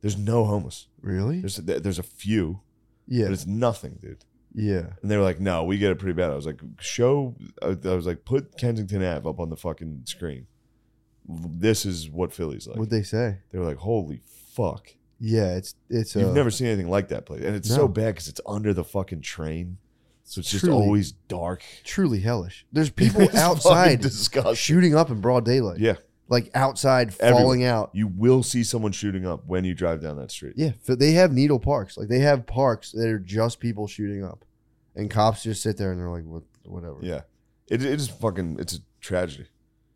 Speaker 1: There's no homeless.
Speaker 2: Really?
Speaker 1: There's there's a few,
Speaker 2: Yeah.
Speaker 1: but it's nothing, dude.
Speaker 2: Yeah.
Speaker 1: And they were like, No, we get it pretty bad. I was like, Show. I was like, Put Kensington Ave up on the fucking screen. This is what Philly's like.
Speaker 2: What'd they say?
Speaker 1: They were like, Holy fuck!
Speaker 2: Yeah, it's it's uh,
Speaker 1: You've never seen anything like that place, and it's
Speaker 2: No.
Speaker 1: so bad because it's under the fucking train, so it's just
Speaker 2: Truly.
Speaker 1: always dark.
Speaker 2: truly hellish. There's people
Speaker 1: It's fucking
Speaker 2: outside
Speaker 1: disgusting.
Speaker 2: shooting up in broad daylight.
Speaker 1: Yeah.
Speaker 2: Like outside
Speaker 1: Everywhere.
Speaker 2: falling out.
Speaker 1: you will see someone shooting up when you drive down that street.
Speaker 2: Yeah. So they have needle parks. Like they have parks that are just people shooting up. And cops just sit there and they're like, what whatever.
Speaker 1: Yeah. It, it is fucking, it's a tragedy.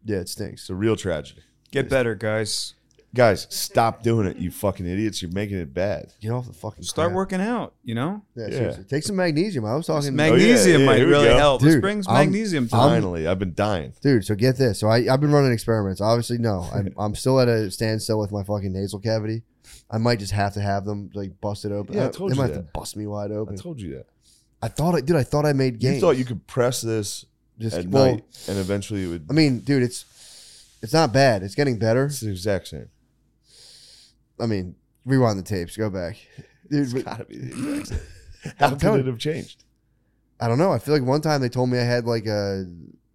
Speaker 2: Yeah, it
Speaker 1: It's
Speaker 2: stinks.
Speaker 1: a real tragedy.
Speaker 3: Get better, guys.
Speaker 1: Guys, stop doing it, you fucking idiots. You're making it bad.
Speaker 2: Get off the fucking
Speaker 3: Start
Speaker 2: crap.
Speaker 3: working out, you know?
Speaker 2: Yeah,
Speaker 1: Yeah.
Speaker 2: seriously. Take some magnesium. I was talking
Speaker 3: Magnesium
Speaker 2: Oh,
Speaker 1: yeah,
Speaker 3: might
Speaker 1: here we
Speaker 3: really
Speaker 1: go.
Speaker 3: help.
Speaker 2: Dude,
Speaker 3: this brings
Speaker 2: I'm-
Speaker 3: magnesium to
Speaker 2: I'm-
Speaker 1: Finally, I've been dying.
Speaker 2: Dude, so get this. So I, I've been running experiments. Obviously, no, I'm, I'm still at a standstill with my fucking nasal cavity. I might just have to have them like busted open.
Speaker 1: Yeah, I
Speaker 2: Uh,
Speaker 1: told
Speaker 2: they
Speaker 1: you
Speaker 2: might have
Speaker 1: that.
Speaker 2: to bust me wide
Speaker 1: I
Speaker 2: open.
Speaker 1: told you that.
Speaker 2: I thought I did. I thought I made gains.
Speaker 1: You thought you could press this
Speaker 2: just
Speaker 1: at
Speaker 2: well.
Speaker 1: night and eventually it would.
Speaker 2: I mean, dude, it's it's not bad. It's getting better.
Speaker 1: It's the exact same.
Speaker 2: I mean, rewind the tapes. Go back, dude.
Speaker 1: It's
Speaker 2: but-
Speaker 1: gotta be the exact same. How could
Speaker 2: telling
Speaker 1: it have changed?
Speaker 2: I don't know. I feel like one time they told me I had like a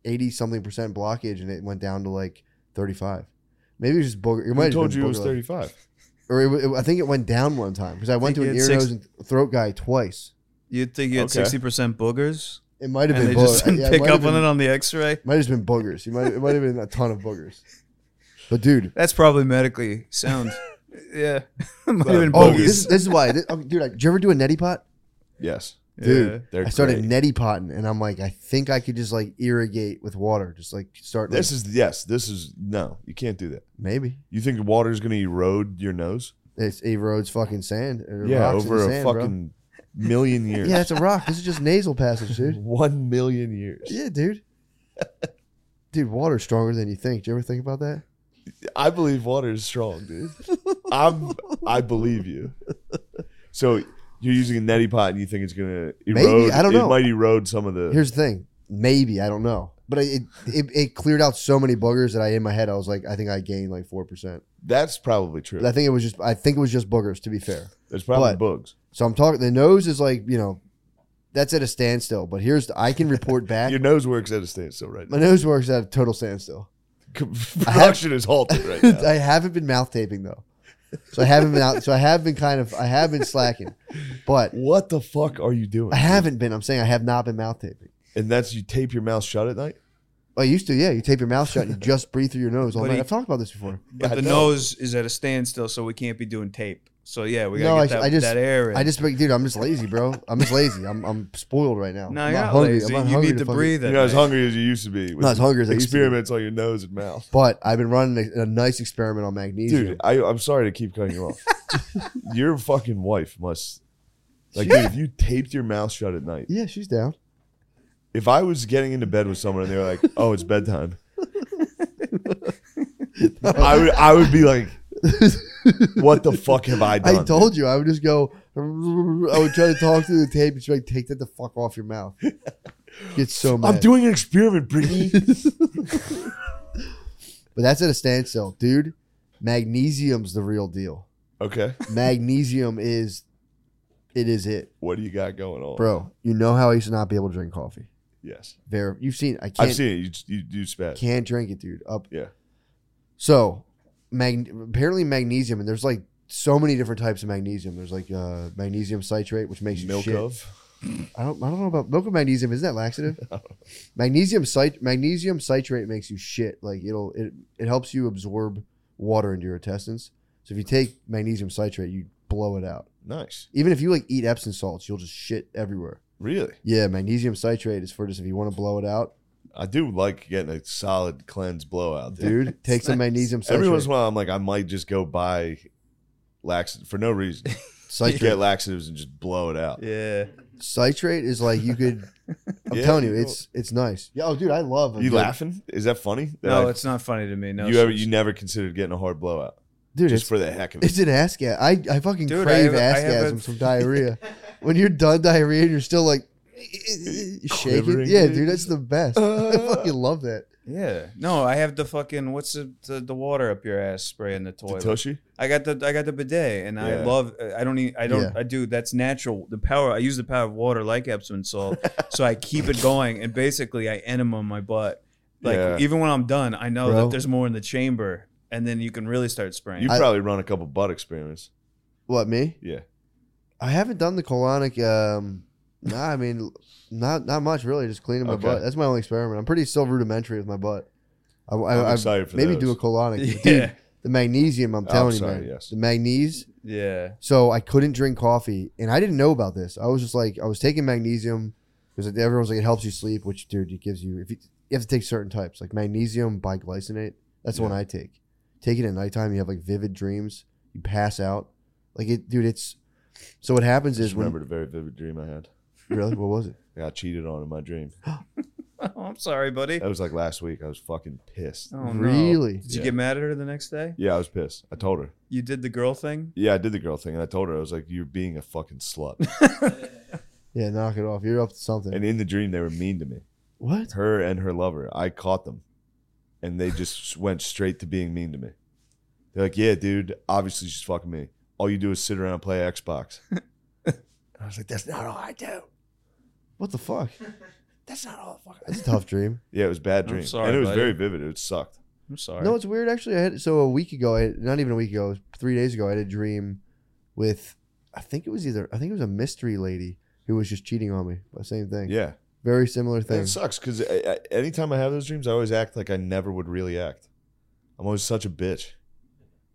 Speaker 2: eighty something percent blockage, and it went down to like thirty five. Maybe it was just booger. It might
Speaker 1: I
Speaker 2: have
Speaker 1: told
Speaker 2: been
Speaker 1: you it was
Speaker 2: booger-
Speaker 1: 35.
Speaker 2: or it, wa- it- I think it went down one time because I went to
Speaker 3: think
Speaker 2: an
Speaker 3: you
Speaker 2: ear,
Speaker 3: had six-
Speaker 2: nose, and throat guy twice.
Speaker 3: You'd think you had
Speaker 1: Okay.
Speaker 3: sixty percent boogers,
Speaker 2: It might have
Speaker 3: and
Speaker 2: been
Speaker 3: they just
Speaker 2: boogers.
Speaker 3: didn't pick up on it on the X-ray.
Speaker 2: Might have just been boogers. You might it might have been a ton of boogers. But dude,
Speaker 3: That's probably medically sound. yeah, might have been
Speaker 1: Oh,
Speaker 2: oh,
Speaker 3: boogers.
Speaker 2: this, this is why, this, oh, dude. I, did you ever do a neti pot?
Speaker 1: Yes.
Speaker 2: Dude,
Speaker 1: They're
Speaker 2: I started
Speaker 1: great.
Speaker 2: neti potting, and I'm like, I think I could just like irrigate with water, just like start.
Speaker 1: This
Speaker 2: This
Speaker 1: is yes. This is no. You can't do that.
Speaker 2: maybe
Speaker 1: You think water's gonna erode your nose?
Speaker 2: it's erodes fucking sand. Or
Speaker 1: Yeah,
Speaker 2: rocks in
Speaker 1: over a
Speaker 2: sand, bro.
Speaker 1: fucking million years.
Speaker 2: Yeah, it's a rock. This is just nasal passage, dude.
Speaker 1: One million years.
Speaker 2: Yeah, dude. Dude, water's stronger than you think. Do you ever think about that?
Speaker 1: I believe water is strong, dude. I'm. I believe you. So you're using a neti pot, and you think it's gonna erode?
Speaker 2: Maybe, I don't
Speaker 1: It
Speaker 2: know.
Speaker 1: might erode some of the.
Speaker 2: Here's the thing. Maybe I don't know, but it it, it cleared out so many boogers that I in my head I was like, I think I gained like four percent.
Speaker 1: that's probably true.
Speaker 2: But I think it was just I think it was just boogers. To be fair,
Speaker 1: There's probably
Speaker 2: but-
Speaker 1: bugs.
Speaker 2: so I'm talking. The nose is like you know, that's at a standstill. But here's the, I can report back.
Speaker 1: Your nose works at a standstill right now.
Speaker 2: my nose works at a total standstill.
Speaker 1: Production is halted right now.
Speaker 2: I haven't been mouth taping though, so I haven't been out. So I have been kind of I have been slacking, but
Speaker 1: What the fuck are you doing?
Speaker 2: I haven't been. I'm saying I have not been mouth taping.
Speaker 1: And that's you tape your mouth shut at night.
Speaker 2: I used to, yeah. You tape your mouth shut and you just breathe through your nose all
Speaker 3: But
Speaker 2: night.
Speaker 3: he-
Speaker 2: I've talked about this before.
Speaker 3: But
Speaker 1: I
Speaker 3: the
Speaker 1: know.
Speaker 3: nose is at a standstill, so we can't be doing tape. So yeah, we
Speaker 2: No,
Speaker 3: gotta get
Speaker 2: I-
Speaker 3: that,
Speaker 2: I just-
Speaker 3: that air. In.
Speaker 2: I just, like, dude, I'm just lazy, bro. I'm just lazy. I'm, I'm spoiled right now.
Speaker 3: no,
Speaker 2: I'm
Speaker 3: you're
Speaker 2: not
Speaker 3: not
Speaker 2: hungry.
Speaker 3: lazy.
Speaker 2: I'm not
Speaker 3: you
Speaker 2: hungry
Speaker 3: need to
Speaker 2: fucking-
Speaker 3: breathe.
Speaker 1: You're
Speaker 3: at
Speaker 1: not as
Speaker 3: night.
Speaker 1: hungry as you used to be. with
Speaker 2: Not as hungry as I used to be.
Speaker 1: Experiments on your nose and mouth.
Speaker 2: But I've been running a, a nice experiment on magnesium.
Speaker 1: Dude, I, I'm sorry to keep cutting you off. your fucking wife must. Like, dude, if you taped your mouth shut at night,
Speaker 2: yeah, she's down.
Speaker 1: if I was getting into bed with someone and they were like, "Oh, it's bedtime," I would I would be like, "What the fuck have I done?"
Speaker 2: I told you, I would just go. I would try to talk through the tape, and she'd be like, "Take that the fuck off your mouth." Get so mad.
Speaker 1: I'm doing an experiment, Brittany.
Speaker 2: but that's at a standstill, dude. Magnesium's the real deal.
Speaker 1: okay,
Speaker 2: Magnesium is, it is it,
Speaker 1: what do you got going on,
Speaker 2: bro. You know how I used to not be able to drink coffee.
Speaker 1: Yes,
Speaker 2: There, you've seen. I can't.
Speaker 1: I've seen it. You just- you, you spat.
Speaker 2: Can't drink it, dude. Up.
Speaker 1: Yeah.
Speaker 2: So, mag- apparently magnesium, and there's like so many different types of magnesium. There's like uh, magnesium citrate, which makes you
Speaker 1: Milk
Speaker 2: shit.
Speaker 1: of.
Speaker 2: I don't. I don't know about milk of magnesium. Isn't that laxative? magnesium cit- magnesium citrate makes you shit. Like it'll it it helps you absorb water into your intestines. So if you take magnesium citrate, you blow it out.
Speaker 1: Nice.
Speaker 2: Even if you like eat Epsom salts, you'll just shit everywhere.
Speaker 1: Really?
Speaker 2: Yeah, magnesium citrate is for just if you want to blow it out,
Speaker 1: I do like getting a solid cleanse blowout, dude.
Speaker 2: dude. Take some magnesium citrate.
Speaker 1: Every once in a while, I'm like, I might just go buy laxatives for no reason. Just
Speaker 2: citrate.
Speaker 1: get laxatives and just blow it out.
Speaker 3: Yeah.
Speaker 2: Citrate is like you could. I'm
Speaker 1: Yeah,
Speaker 2: telling you,
Speaker 1: you
Speaker 2: it's it's nice. Yeah, oh, dude, I love. a
Speaker 1: You
Speaker 2: good-
Speaker 1: laughing? Is that funny? That
Speaker 3: No,
Speaker 1: I-
Speaker 3: it's not funny to me. No.
Speaker 1: you ever
Speaker 3: sir.
Speaker 1: you never considered getting a hard blowout
Speaker 2: dude.
Speaker 1: just
Speaker 2: it's,
Speaker 1: for the heck of it?
Speaker 2: it's an ass gas. I I fucking
Speaker 3: Dude, I
Speaker 2: crave
Speaker 3: have a- I
Speaker 2: ass
Speaker 3: have a-
Speaker 2: gasms from diarrhea. when you're done diarrhea, and you're still like shaking.
Speaker 1: Quivering,
Speaker 2: Yeah,
Speaker 1: dude.
Speaker 2: dude, that's the best. I fucking love that.
Speaker 3: Yeah. No, I have the fucking what's the the, the water up your ass spray in the
Speaker 1: The
Speaker 3: toilet.
Speaker 1: Toshi?
Speaker 3: I got the I got the bidet, and I
Speaker 1: Yeah.
Speaker 3: love. I don't. Even, I don't.
Speaker 2: Yeah.
Speaker 3: I do. That's natural. The power. I use the power of water, like Epsom salt, so I keep it going. And basically, I enema my butt. Like
Speaker 1: Yeah.
Speaker 3: even when I'm done, I know
Speaker 2: Bro.
Speaker 3: that there's more in the chamber, and then you can really start spraying.
Speaker 1: You
Speaker 2: I-
Speaker 1: probably run a couple butt experiments.
Speaker 2: What me?
Speaker 1: Yeah.
Speaker 2: I haven't done the colonic. Um, nah, I mean, not not much really. Just cleaning my
Speaker 1: Okay.
Speaker 2: butt. That's my only experiment. I'm pretty still rudimentary with my butt. I, I,
Speaker 1: I'm
Speaker 2: I-
Speaker 1: excited for
Speaker 2: maybe
Speaker 1: those. Oh,
Speaker 2: do a colonic, dude.
Speaker 3: yeah.
Speaker 2: The magnesium, I'm telling
Speaker 1: sorry,
Speaker 2: you, man.
Speaker 1: yes.
Speaker 2: The magnesium.
Speaker 3: Yeah.
Speaker 2: So I couldn't drink coffee, and I didn't know about this. I was just like, I was taking magnesium because everyone's like, it helps you sleep, which dude, it gives you if you, you have to take certain types, like magnesium biglycinate. That's the one I take. Take it at nighttime, you have like vivid dreams, you pass out, like it, dude. It's so what happens
Speaker 1: Just
Speaker 2: is when
Speaker 1: remembered a very vivid dream I had.
Speaker 2: really what was it?
Speaker 1: I got cheated on in my dream.
Speaker 3: Oh, I'm sorry, buddy.
Speaker 1: That was like last week. I was fucking pissed.
Speaker 3: Oh, no.
Speaker 2: really?
Speaker 3: Did you
Speaker 1: Yeah.
Speaker 3: get mad at her the next day?
Speaker 1: Yeah, I was pissed. I told her.
Speaker 3: You did the girl thing.
Speaker 1: Yeah, I did the girl thing, and I told her I was like, "You're being a fucking slut."
Speaker 2: Yeah, knock it off. You're up to something.
Speaker 1: and in the dream, they were mean to me.
Speaker 2: what?
Speaker 1: her and her lover. I caught them, and they just went straight to being mean to me. They're like, "Yeah, dude, obviously she's fucking me. All you do is sit around and play Xbox." and I was like, "That's not all I do.
Speaker 2: What the fuck?
Speaker 1: That's not all I fucking."
Speaker 2: That's a tough dream.
Speaker 1: Yeah, it was a bad
Speaker 3: I'm
Speaker 1: dream,
Speaker 3: sorry,
Speaker 1: and it was
Speaker 3: buddy.
Speaker 1: very vivid. It sucked.
Speaker 3: I'm sorry.
Speaker 2: No, it's weird actually. I had so a week ago, I, not even a week ago, it was three days ago, I had a dream with, I think it was either, I think it was a mystery lady who was just cheating on me. The Same thing.
Speaker 1: Yeah,
Speaker 2: Very similar
Speaker 1: and
Speaker 2: thing.
Speaker 1: it sucks because anytime I have those dreams, I always act like I never would really act. I'm always such a bitch.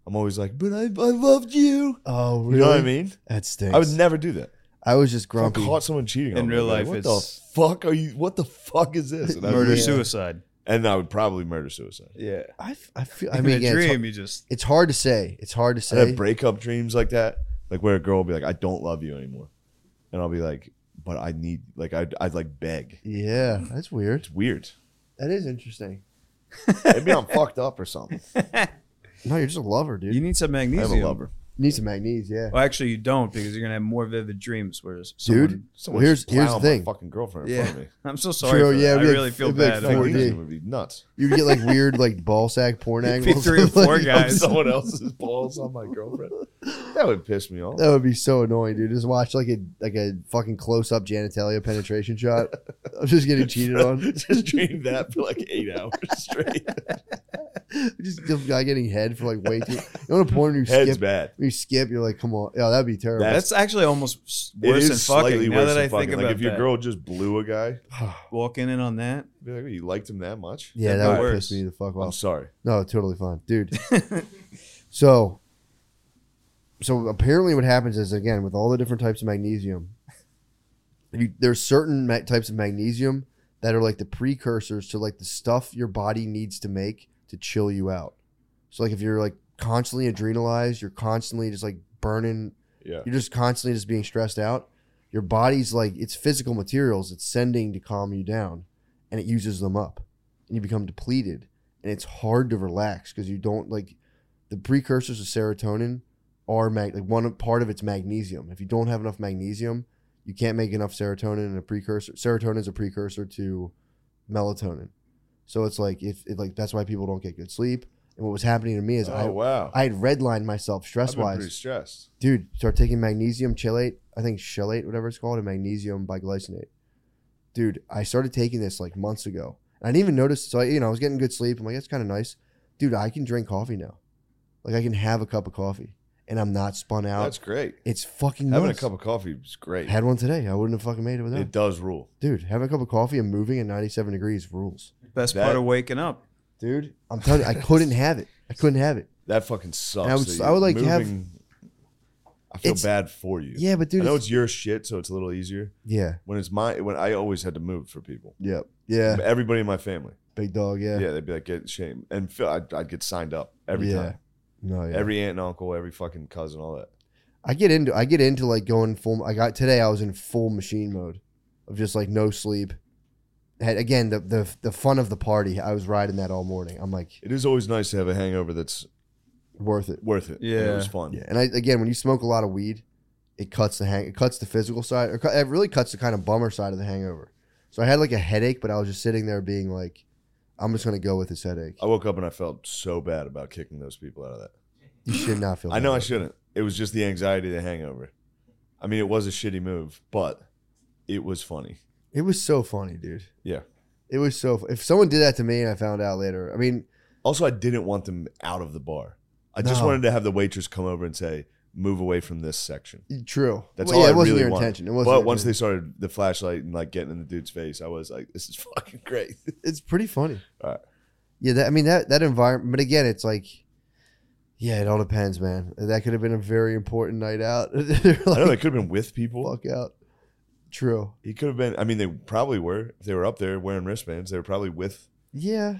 Speaker 1: I'm always like, "But I, I loved you."
Speaker 2: Oh,
Speaker 1: You
Speaker 2: really?
Speaker 1: know what I mean?
Speaker 2: That stinks.
Speaker 1: I would never do that.
Speaker 2: I was just
Speaker 1: If I
Speaker 2: grumpy.
Speaker 1: caught someone cheating
Speaker 3: In
Speaker 1: on me,
Speaker 3: real
Speaker 1: I'd be
Speaker 3: life,
Speaker 1: like, what
Speaker 3: it's-
Speaker 1: the fuck are you? What the fuck is this? And I'd be
Speaker 3: Murder
Speaker 1: like-
Speaker 3: suicide.
Speaker 1: and I would probably murder suicide.
Speaker 3: Yeah.
Speaker 2: I, f- I feel. I
Speaker 3: I
Speaker 2: mean,
Speaker 3: mean,
Speaker 2: again, it's,
Speaker 3: dream,
Speaker 2: hard,
Speaker 3: you just
Speaker 2: it's hard to say. It's hard to
Speaker 1: I have
Speaker 2: say.
Speaker 1: breakup dreams like that, like where a girl will be like, "I don't love you anymore," and I'll be like, "But I need," like I'd, I'd like beg.
Speaker 2: Yeah, that's weird.
Speaker 1: It's weird.
Speaker 2: That is interesting.
Speaker 1: Maybe I'm fucked up or something.
Speaker 2: No, you're just a lover, dude.
Speaker 3: you
Speaker 2: You
Speaker 3: need some magnesium.
Speaker 1: I'm a lover.
Speaker 2: need some magnes, yeah.
Speaker 3: Well, actually, you don't because you're gonna have more vivid dreams. Whereas, someone,
Speaker 2: Dude.
Speaker 1: Someone
Speaker 2: Here's-
Speaker 1: just
Speaker 2: here's the
Speaker 1: plowing
Speaker 2: thing.
Speaker 1: My fucking girlfriend in
Speaker 3: Yeah.
Speaker 1: front of me.
Speaker 3: I'm so sorry.
Speaker 2: True,
Speaker 3: for
Speaker 2: yeah,
Speaker 3: that. I
Speaker 2: it'd be
Speaker 3: really
Speaker 2: like-
Speaker 3: feel
Speaker 2: it'd be like
Speaker 3: bad.
Speaker 1: Like,
Speaker 3: about
Speaker 2: four
Speaker 3: it.
Speaker 1: these
Speaker 2: days.
Speaker 1: would be nuts.
Speaker 2: You get like weird, like ball sack porn angles.
Speaker 3: three or four
Speaker 2: Like,
Speaker 1: Of
Speaker 3: guys.
Speaker 1: someone else's balls on my girlfriend. That would piss me off.
Speaker 2: That would be so annoying, dude. Just watch like a like a fucking close up genitalia penetration shot. I'm just getting cheated on.
Speaker 1: just dreamed that for like eight hours straight.
Speaker 2: Just the guy getting head for like way too. You know what a porn when you
Speaker 1: Head's
Speaker 2: skip?
Speaker 1: bad.
Speaker 2: When you skip, you're like, come on, yeah, that'd be terrible.
Speaker 1: That's-
Speaker 3: That's actually almost
Speaker 1: It
Speaker 3: worse
Speaker 1: is
Speaker 3: than fucking.
Speaker 1: slightly
Speaker 3: Now
Speaker 1: worse
Speaker 3: that
Speaker 1: than
Speaker 3: I think
Speaker 1: fucking.
Speaker 3: about
Speaker 1: like if your
Speaker 3: that.
Speaker 1: girl just blew a guy,
Speaker 3: walking in on that,
Speaker 1: be like, "Oh, you liked him that much?
Speaker 2: yeah,
Speaker 3: that'd
Speaker 2: that
Speaker 3: be
Speaker 2: would
Speaker 3: worse.
Speaker 2: piss me the fuck
Speaker 1: I'm
Speaker 2: off.
Speaker 1: sorry.
Speaker 2: No, totally fine, dude. so, so apparently, what happens is again with all the different types of magnesium, you, there's certain ma- types of magnesium that are like the precursors to like the stuff your body needs to make to chill you out. So, like if you're like constantly adrenalized, you're constantly just like burning
Speaker 1: Yeah.
Speaker 2: you're just constantly just being stressed out your body's like it's physical materials it's sending to calm you down and it uses them up and you become depleted and it's hard to relax because you don't like the precursors of serotonin are mag- like one part of it's magnesium if you don't have enough magnesium you can't make enough serotonin and a precursor serotonin is a precursor to melatonin so it's like if it like that's why people don't get good sleep and what was happening to me is
Speaker 1: Oh,
Speaker 2: I,
Speaker 1: wow.
Speaker 2: I had redlined myself
Speaker 1: I've
Speaker 2: stress
Speaker 1: been
Speaker 2: wise
Speaker 1: pretty stressed.
Speaker 2: dude, start taking magnesium chelate, I think chelate, whatever it's called, and magnesium biglycinate. Dude, I started taking this like months ago. I didn't even notice. So, I, you know, I was getting good sleep. I'm like, that's kind of nice. Dude, I can drink coffee now. Like, I can have a cup of coffee and I'm not spun out.
Speaker 1: That's great.
Speaker 2: it's fucking
Speaker 1: Having a
Speaker 2: nuts.
Speaker 1: cup of coffee is great.
Speaker 2: Had one today. I wouldn't have fucking made it without.
Speaker 1: It does rule.
Speaker 2: Dude, having a cup of coffee and moving at 97 degrees rules.
Speaker 3: best
Speaker 1: That-
Speaker 3: part of waking up.
Speaker 2: Dude, I'm telling you, I couldn't have it. I couldn't have it.
Speaker 1: That fucking sucks.
Speaker 2: And I would-
Speaker 1: that
Speaker 2: I would like to
Speaker 1: you're
Speaker 2: have-
Speaker 1: moving- I feel
Speaker 2: It's-
Speaker 1: bad for you.
Speaker 2: Yeah, but
Speaker 1: I
Speaker 2: dude,
Speaker 1: know
Speaker 2: it's-
Speaker 1: it's your shit, so it's a little easier.
Speaker 2: yeah,
Speaker 1: When it's my, when I always had to move for people.
Speaker 2: yeah, yeah,
Speaker 1: Everybody in my family.
Speaker 2: big dog, yeah,
Speaker 1: Yeah, they'd be like, get shame. And Phil, I'd, I'd get signed up every
Speaker 2: Yeah.
Speaker 1: time.
Speaker 2: no, yeah.
Speaker 1: Every aunt and uncle, every fucking cousin, all that.
Speaker 2: I get into I get into like going full. I got today. I was in full machine mode of just like no sleep. Had again the the the fun of the party. I was riding that all morning. I'm like
Speaker 1: It is always nice to have a hangover that's
Speaker 2: worth it.
Speaker 1: worth it. and
Speaker 3: Yeah.
Speaker 1: It was fun.
Speaker 2: Yeah, and I again when you smoke a lot of weed, it cuts the hang. It cuts the physical side. Or cu- it really cuts the kind of bummer side of the hangover. So I had like a headache, but I was just sitting there being like, I'm just gonna go with this headache.
Speaker 1: I woke up and I felt so bad about kicking those people out of that.
Speaker 2: You should not feel.
Speaker 1: I know
Speaker 2: bad.
Speaker 1: I shouldn't. It was just the anxiety of the hangover. I mean, it was a shitty move, but it was funny.
Speaker 2: It was so funny, dude.
Speaker 1: Yeah.
Speaker 2: It was so. fu- If someone did that to me and I found out later, I mean,
Speaker 1: Also, I didn't want them out of the bar. I just
Speaker 2: No.
Speaker 1: wanted to have the waitress come over and say, "Move away from this section."
Speaker 2: true.
Speaker 1: That's
Speaker 2: Well,
Speaker 1: all
Speaker 2: yeah,
Speaker 1: I
Speaker 2: it wasn't
Speaker 1: really
Speaker 2: your
Speaker 1: wanted.
Speaker 2: intention. It wasn't.
Speaker 1: But
Speaker 2: your
Speaker 1: once
Speaker 2: intention.
Speaker 1: they started the flashlight and like getting in the dude's face, I was like, "This is fucking great."
Speaker 2: it's pretty funny.
Speaker 1: Alright.
Speaker 2: Yeah, that I mean that that environment, but again, it's like, yeah, it all depends, man. That could have been a very important night out. They're
Speaker 1: I know
Speaker 2: like,
Speaker 1: they could have been with people.
Speaker 2: fuck out. True.
Speaker 1: He could have been. I mean, they probably were. If they were up there wearing wristbands, they were probably with.
Speaker 2: Yeah.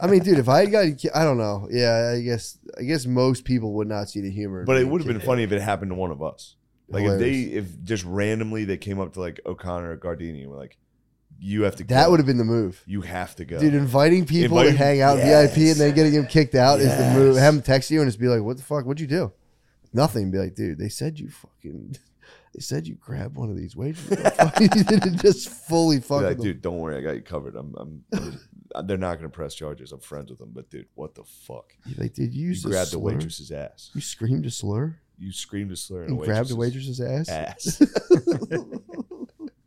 Speaker 2: I mean, dude, if I had gotten, ki- I don't know. Yeah, I guess, I guess most people would not see the humor. in
Speaker 1: But it
Speaker 2: being
Speaker 1: would have been
Speaker 2: kicked.
Speaker 1: funny if it happened to one of us. Like
Speaker 2: Hilarious.
Speaker 1: if they, if just randomly they came up to like O'Connor or Gardini and were like, "You have to."
Speaker 2: That
Speaker 1: go.
Speaker 2: would have been the move,
Speaker 1: You have to go.
Speaker 2: dude. Inviting people
Speaker 1: Inviting-
Speaker 2: to hang out VIP
Speaker 1: Yes.
Speaker 2: and then getting them kicked out is the
Speaker 1: Yes.
Speaker 2: move. Have them text you and just be like, "What the fuck? What'd you do?" Nothing. Be like, dude, they said you fucking. They said you grabbed one of these wages. you didn't just fully
Speaker 1: Be
Speaker 2: fuck
Speaker 1: like,
Speaker 2: with them.
Speaker 1: dude, don't worry, I got you covered. I'm, I'm, they're not gonna press charges. I'm friends with them, but dude, what the fuck?
Speaker 2: You're Like, dude, you
Speaker 1: You
Speaker 2: used a
Speaker 1: grabbed
Speaker 2: slur?
Speaker 1: the waitress's ass.
Speaker 2: You screamed a slur
Speaker 1: You screamed a slur and
Speaker 2: and grabbed a
Speaker 1: waitress's
Speaker 2: waitress's ass.
Speaker 1: ass.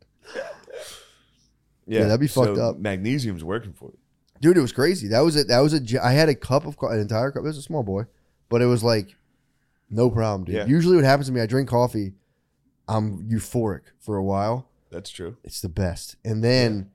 Speaker 2: Yeah, that'd be fucked up.
Speaker 1: Magnesium's working for you.
Speaker 2: dude, it was crazy. That was it. That was a. gi- I had a cup of co- an entire cup. It was a small boy, but it was like no problem, dude.
Speaker 1: Yeah.
Speaker 2: Usually, what happens to me, I drink coffee, I'm euphoric for a while.
Speaker 1: That's true.
Speaker 2: It's the best. And then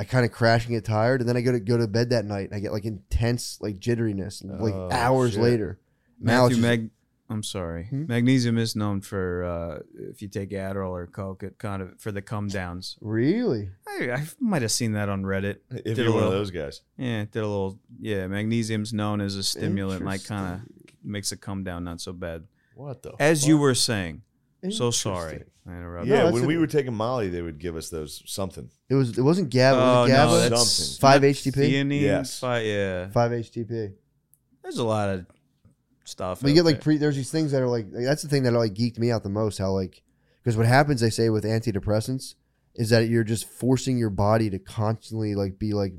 Speaker 2: I kind of crash and get tired, and then I go to go to bed that night, and I get like intense like jitteriness like
Speaker 1: Oh,
Speaker 2: hours
Speaker 1: shit.
Speaker 2: later. Now
Speaker 3: Matthew
Speaker 2: it's just-
Speaker 3: Mag- I'm sorry.
Speaker 2: Hmm?
Speaker 3: Magnesium is known for uh, if you take Adderall or Coke, it kind of for the come downs.
Speaker 2: Really?
Speaker 3: I, I might have seen that on Reddit.
Speaker 1: If
Speaker 3: Did
Speaker 1: you're
Speaker 3: a
Speaker 1: one of
Speaker 3: little-
Speaker 1: those guys,
Speaker 3: Yeah, it did a little. Yeah, magnesium's known as a stimulant, like kind of makes a come down not so bad.
Speaker 1: what the?
Speaker 3: As you were saying, so
Speaker 2: Interesting.
Speaker 3: sorry. I interrupted.
Speaker 1: yeah,
Speaker 2: that's
Speaker 1: when
Speaker 2: a-
Speaker 1: we were taking Molly, they would give us those something.
Speaker 2: It was. It wasn't GABA. it
Speaker 3: Oh,
Speaker 2: was
Speaker 3: no,
Speaker 2: GABA.
Speaker 1: that's-
Speaker 3: that's
Speaker 2: Five HTP?
Speaker 3: Theanine,
Speaker 1: Yes.
Speaker 3: fi- yeah.
Speaker 2: Five HTP.
Speaker 3: There's a lot of stuff.
Speaker 2: But you
Speaker 3: out
Speaker 2: get like
Speaker 3: there.
Speaker 2: pre. There's these things that are like, like, that's the thing that like geeked me out the most. How like because what happens they say with antidepressants is that you're just forcing your body to constantly like be like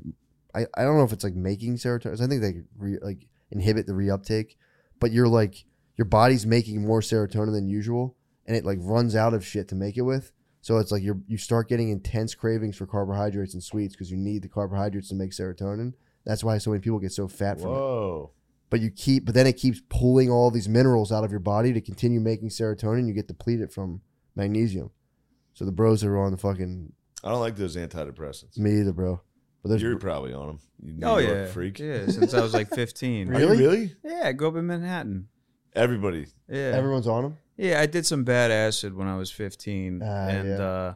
Speaker 2: I, I don't know if it's like making serotonin. I think they could re, like inhibit the reuptake, but you're like your body's making more serotonin than usual, and it like runs out of shit to make it with. So it's like you are you start getting intense cravings for carbohydrates and sweets because you need the carbohydrates to make serotonin. That's why so many people get so fat from it
Speaker 1: Whoa.
Speaker 2: but you keep but then it keeps pulling all these minerals out of your body to continue making serotonin you get depleted from magnesium so the bros are on the fucking
Speaker 1: I don't like those antidepressants.
Speaker 2: me either bro but there's
Speaker 1: You're probably on them. You New
Speaker 3: oh
Speaker 1: York
Speaker 3: yeah,
Speaker 1: freak.
Speaker 3: Yeah, since I was like 15.
Speaker 1: Are you
Speaker 2: Really?
Speaker 1: really?
Speaker 3: Yeah, I grew up in Manhattan.
Speaker 1: Everybody.
Speaker 3: Yeah.
Speaker 2: everyone's on them
Speaker 3: Yeah, I did some bad acid when I was 15,
Speaker 2: Ah,
Speaker 3: and
Speaker 2: yeah.
Speaker 3: uh,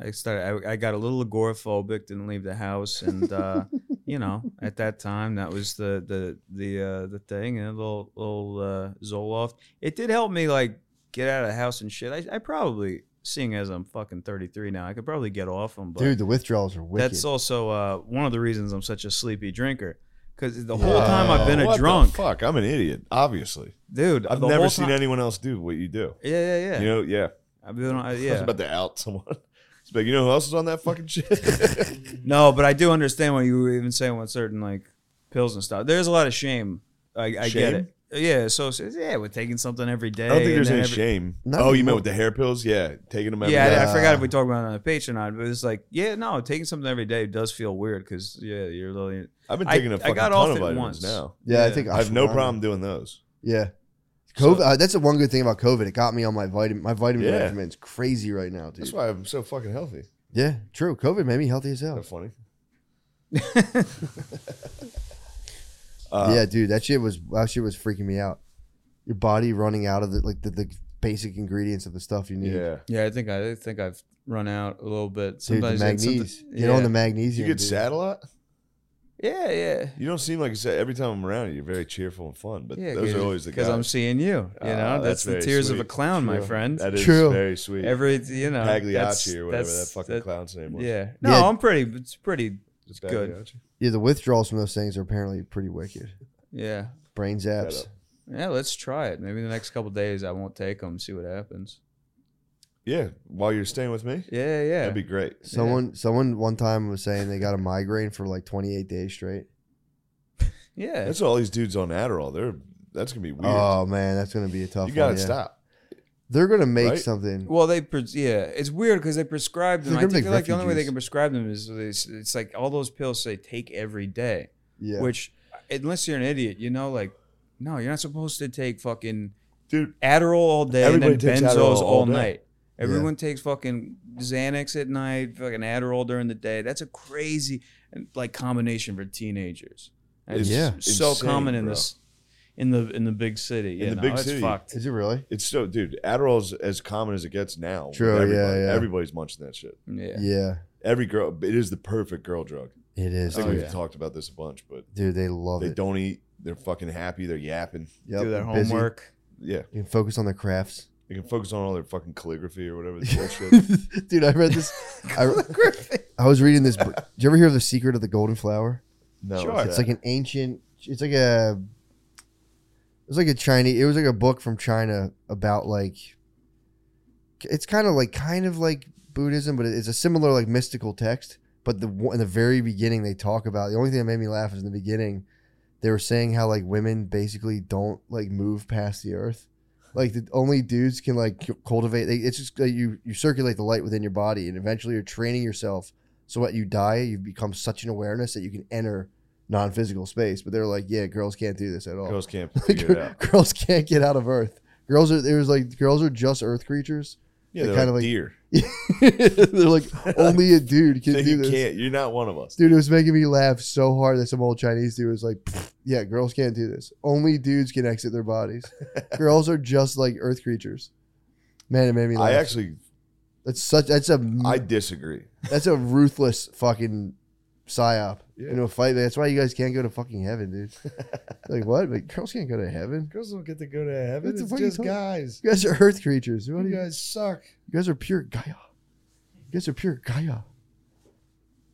Speaker 3: I started. I, I got a little agoraphobic, didn't leave the house, and uh, you know, at that time, that was the the the uh, the thing, and a little little uh, Zoloft. It did help me like get out of the house and shit. I, I probably, seeing as I'm fucking 33 now, I could probably get off them, but
Speaker 2: dude the withdrawals are wicked
Speaker 3: that's also uh, one of the reasons I'm such a sleepy drinker. Because the whole time I've been a drunk,
Speaker 1: fuck, I'm an idiot. Obviously,
Speaker 3: dude.
Speaker 1: I've
Speaker 3: the
Speaker 1: never
Speaker 3: whole
Speaker 1: seen
Speaker 3: ti-
Speaker 1: anyone else do what you do.
Speaker 3: Yeah, yeah, yeah.
Speaker 1: You know, yeah.
Speaker 3: I've been, on-
Speaker 1: I was
Speaker 3: yeah.
Speaker 1: about to out someone. It's like, you know who else is on that fucking shit?
Speaker 3: No, but I do understand what you were even saying with certain like pills and stuff. There's a lot of shame. I, I get
Speaker 1: Shame?
Speaker 3: it. Yeah, so so- yeah, with taking something every day.
Speaker 1: I don't think
Speaker 3: and
Speaker 1: there's
Speaker 3: then
Speaker 1: any
Speaker 3: every-
Speaker 1: shame.
Speaker 2: Not
Speaker 1: oh, you
Speaker 2: anymore.
Speaker 1: meant with the hair pills? Yeah, taking them every
Speaker 3: Yeah,
Speaker 1: day.
Speaker 3: I, I
Speaker 2: Yeah.
Speaker 3: forgot if we talked about it on the page or not, but it's like, yeah, no, taking something every day does feel weird because yeah, you're really.
Speaker 1: I've been
Speaker 3: I-
Speaker 1: taking a
Speaker 3: I
Speaker 1: fucking
Speaker 3: got off
Speaker 1: ton of
Speaker 3: it
Speaker 1: vitamins
Speaker 3: once.
Speaker 1: now.
Speaker 2: yeah, i
Speaker 3: yeah.
Speaker 2: think
Speaker 1: I have no
Speaker 2: ashwagandha.
Speaker 1: problem doing those.
Speaker 2: yeah
Speaker 1: So-
Speaker 2: COVID, uh, that's the one good thing about COVID. It got me on my vitamin. My vitamin
Speaker 1: Yeah.
Speaker 2: regimen's crazy right now, dude.
Speaker 1: That's why I'm so fucking healthy.
Speaker 2: Yeah, true. COVID made me healthy as
Speaker 1: Isn't
Speaker 2: hell.
Speaker 1: that funny? Uh,
Speaker 2: yeah, dude, that shit was that shit was freaking me out. Your body running out of the like the, the basic ingredients of the stuff you need.
Speaker 1: Yeah.
Speaker 3: Yeah, I think I, I think I've run out a little
Speaker 2: Dude,
Speaker 3: bit.
Speaker 2: the
Speaker 3: Sometimes it's something-
Speaker 2: magnesium. Get on the
Speaker 1: You
Speaker 2: magnesium.
Speaker 1: get
Speaker 2: dude.
Speaker 1: sad a lot?
Speaker 3: yeah, yeah,
Speaker 1: You don't seem like you said every time I'm around you, you're very cheerful and fun, but
Speaker 3: yeah. yeah.
Speaker 1: those are always the guys.
Speaker 3: because I'm seeing you. You
Speaker 1: Ah,
Speaker 3: know,
Speaker 1: that's
Speaker 3: that's, the
Speaker 1: very
Speaker 3: tears of
Speaker 1: sweet.
Speaker 3: a clown, my
Speaker 2: True.
Speaker 3: friend.
Speaker 1: that is
Speaker 2: True.
Speaker 1: very sweet.
Speaker 3: Every you know, that's-
Speaker 1: Pagliacci or whatever that
Speaker 3: that's-
Speaker 1: fucking
Speaker 3: that-
Speaker 1: clown's name was.
Speaker 3: Yeah, no,
Speaker 2: Yeah.
Speaker 3: I'm pretty. It's pretty.
Speaker 1: It's
Speaker 3: good.
Speaker 1: Pagliacci.
Speaker 2: Yeah, the withdrawals from those things are apparently pretty wicked.
Speaker 3: Yeah,
Speaker 2: Brain zaps.
Speaker 1: up.
Speaker 3: Yeah, let's try it. Maybe the next couple days I won't take them, see what happens.
Speaker 1: Yeah, while you're staying with me,
Speaker 3: Yeah, yeah.
Speaker 1: that'd be great.
Speaker 2: Someone, someone one time was saying they got a migraine for like 28 days straight.
Speaker 3: yeah.
Speaker 1: That's all these dudes on Adderall. They're that's gonna be weird.
Speaker 2: Oh man, that's gonna be a tough.
Speaker 1: you gotta
Speaker 2: one, yeah.
Speaker 1: stop.
Speaker 2: They're gonna make
Speaker 1: Right?
Speaker 2: something.
Speaker 3: well, they pres- yeah, it's weird because they prescribe them.
Speaker 2: They're
Speaker 3: I
Speaker 2: gonna
Speaker 3: think
Speaker 2: make
Speaker 3: like the only way they
Speaker 2: refugees.
Speaker 3: can prescribe them is it's, it's like all those pills they take every day,
Speaker 2: yeah,
Speaker 3: which unless you're an idiot, you know, like no, you're not supposed to take fucking
Speaker 1: Dude.
Speaker 3: Adderall all day
Speaker 1: Everybody
Speaker 3: and then
Speaker 1: takes Adderall
Speaker 3: Benzos all,
Speaker 1: all day.
Speaker 3: night. Everyone takes fucking Xanax at night, fucking Adderall during the day. That's a crazy like combination for teenagers. It's
Speaker 2: Yeah.
Speaker 3: so
Speaker 1: Insane,
Speaker 3: common in
Speaker 1: bro.
Speaker 3: this in the in the big city.
Speaker 1: In
Speaker 3: you
Speaker 1: the
Speaker 3: know,
Speaker 1: big
Speaker 3: it's
Speaker 1: city.
Speaker 3: fucked.
Speaker 2: is it really?
Speaker 1: It's so, dude. Adderall's as common as it gets now. with
Speaker 2: True, yeah,
Speaker 1: everybody.
Speaker 2: yeah.
Speaker 1: Everybody's munching that shit.
Speaker 3: Yeah.
Speaker 2: Yeah,
Speaker 1: Every girl, it is the perfect girl drug.
Speaker 2: it
Speaker 1: I
Speaker 2: is.
Speaker 1: think
Speaker 3: Oh,
Speaker 2: dude.
Speaker 1: we've
Speaker 3: yeah.
Speaker 1: talked about this a bunch, but
Speaker 2: Dude, they love
Speaker 1: they
Speaker 2: it.
Speaker 1: don't eat. They're fucking happy. They're yapping.
Speaker 2: Yep,
Speaker 3: Do their
Speaker 2: busy.
Speaker 3: homework.
Speaker 1: Yeah,
Speaker 2: You can focus on their crafts.
Speaker 1: they can focus on all their fucking calligraphy or whatever the bullshit.
Speaker 2: dude, I read this. I, I was reading this. book. Did you ever hear of the secret of the golden flower?
Speaker 1: No,
Speaker 3: Sure.
Speaker 1: what's
Speaker 2: It's
Speaker 1: that?
Speaker 2: like an ancient. It's like a. It was like a Chinese. It was like a book from China about like. It's kind of like kind of like Buddhism, but it's a similar like mystical text. But the one- in the very beginning, they talk about the only thing that made me laugh is in the beginning, they were saying how like women basically don't like move past the earth, like the only dudes can like c- cultivate. They, it's just like you you circulate the light within your body, and eventually you're training yourself so that you die, you become such an awareness that you can enter non-physical space. But they're like, yeah, girls can't do this at all.
Speaker 1: girls can't figure it out.
Speaker 2: girls can't get out of Earth. Girls are it was like girls are just Earth creatures,
Speaker 1: Yeah,
Speaker 2: They're
Speaker 1: they're,
Speaker 2: kinda
Speaker 1: like
Speaker 2: like-
Speaker 1: deer.
Speaker 2: They're like, only a dude can
Speaker 1: They-
Speaker 2: do
Speaker 1: you
Speaker 2: this.
Speaker 1: can't. You're not one of us.
Speaker 2: Dude, it was making me laugh so hard that some old Chinese dude was like, "Pfft, "Yeah, girls can't do this. Only dudes can exit their bodies. girls are just like Earth creatures." Man, it made me laugh.
Speaker 1: I actually,
Speaker 2: that's such that's a
Speaker 1: I disagree.
Speaker 2: that's a ruthless fucking psyop.
Speaker 1: Yeah.
Speaker 2: You know, fight. That's why you guys can't go to fucking heaven, dude. like what? Like girls can't go to heaven.
Speaker 1: Girls don't get to go to heaven.
Speaker 2: What the fuck are you talking-
Speaker 1: guys.
Speaker 2: You guys are Earth creatures. What are you
Speaker 1: guys suck.
Speaker 2: You guys are pure Gaia. You guys are pure Gaia.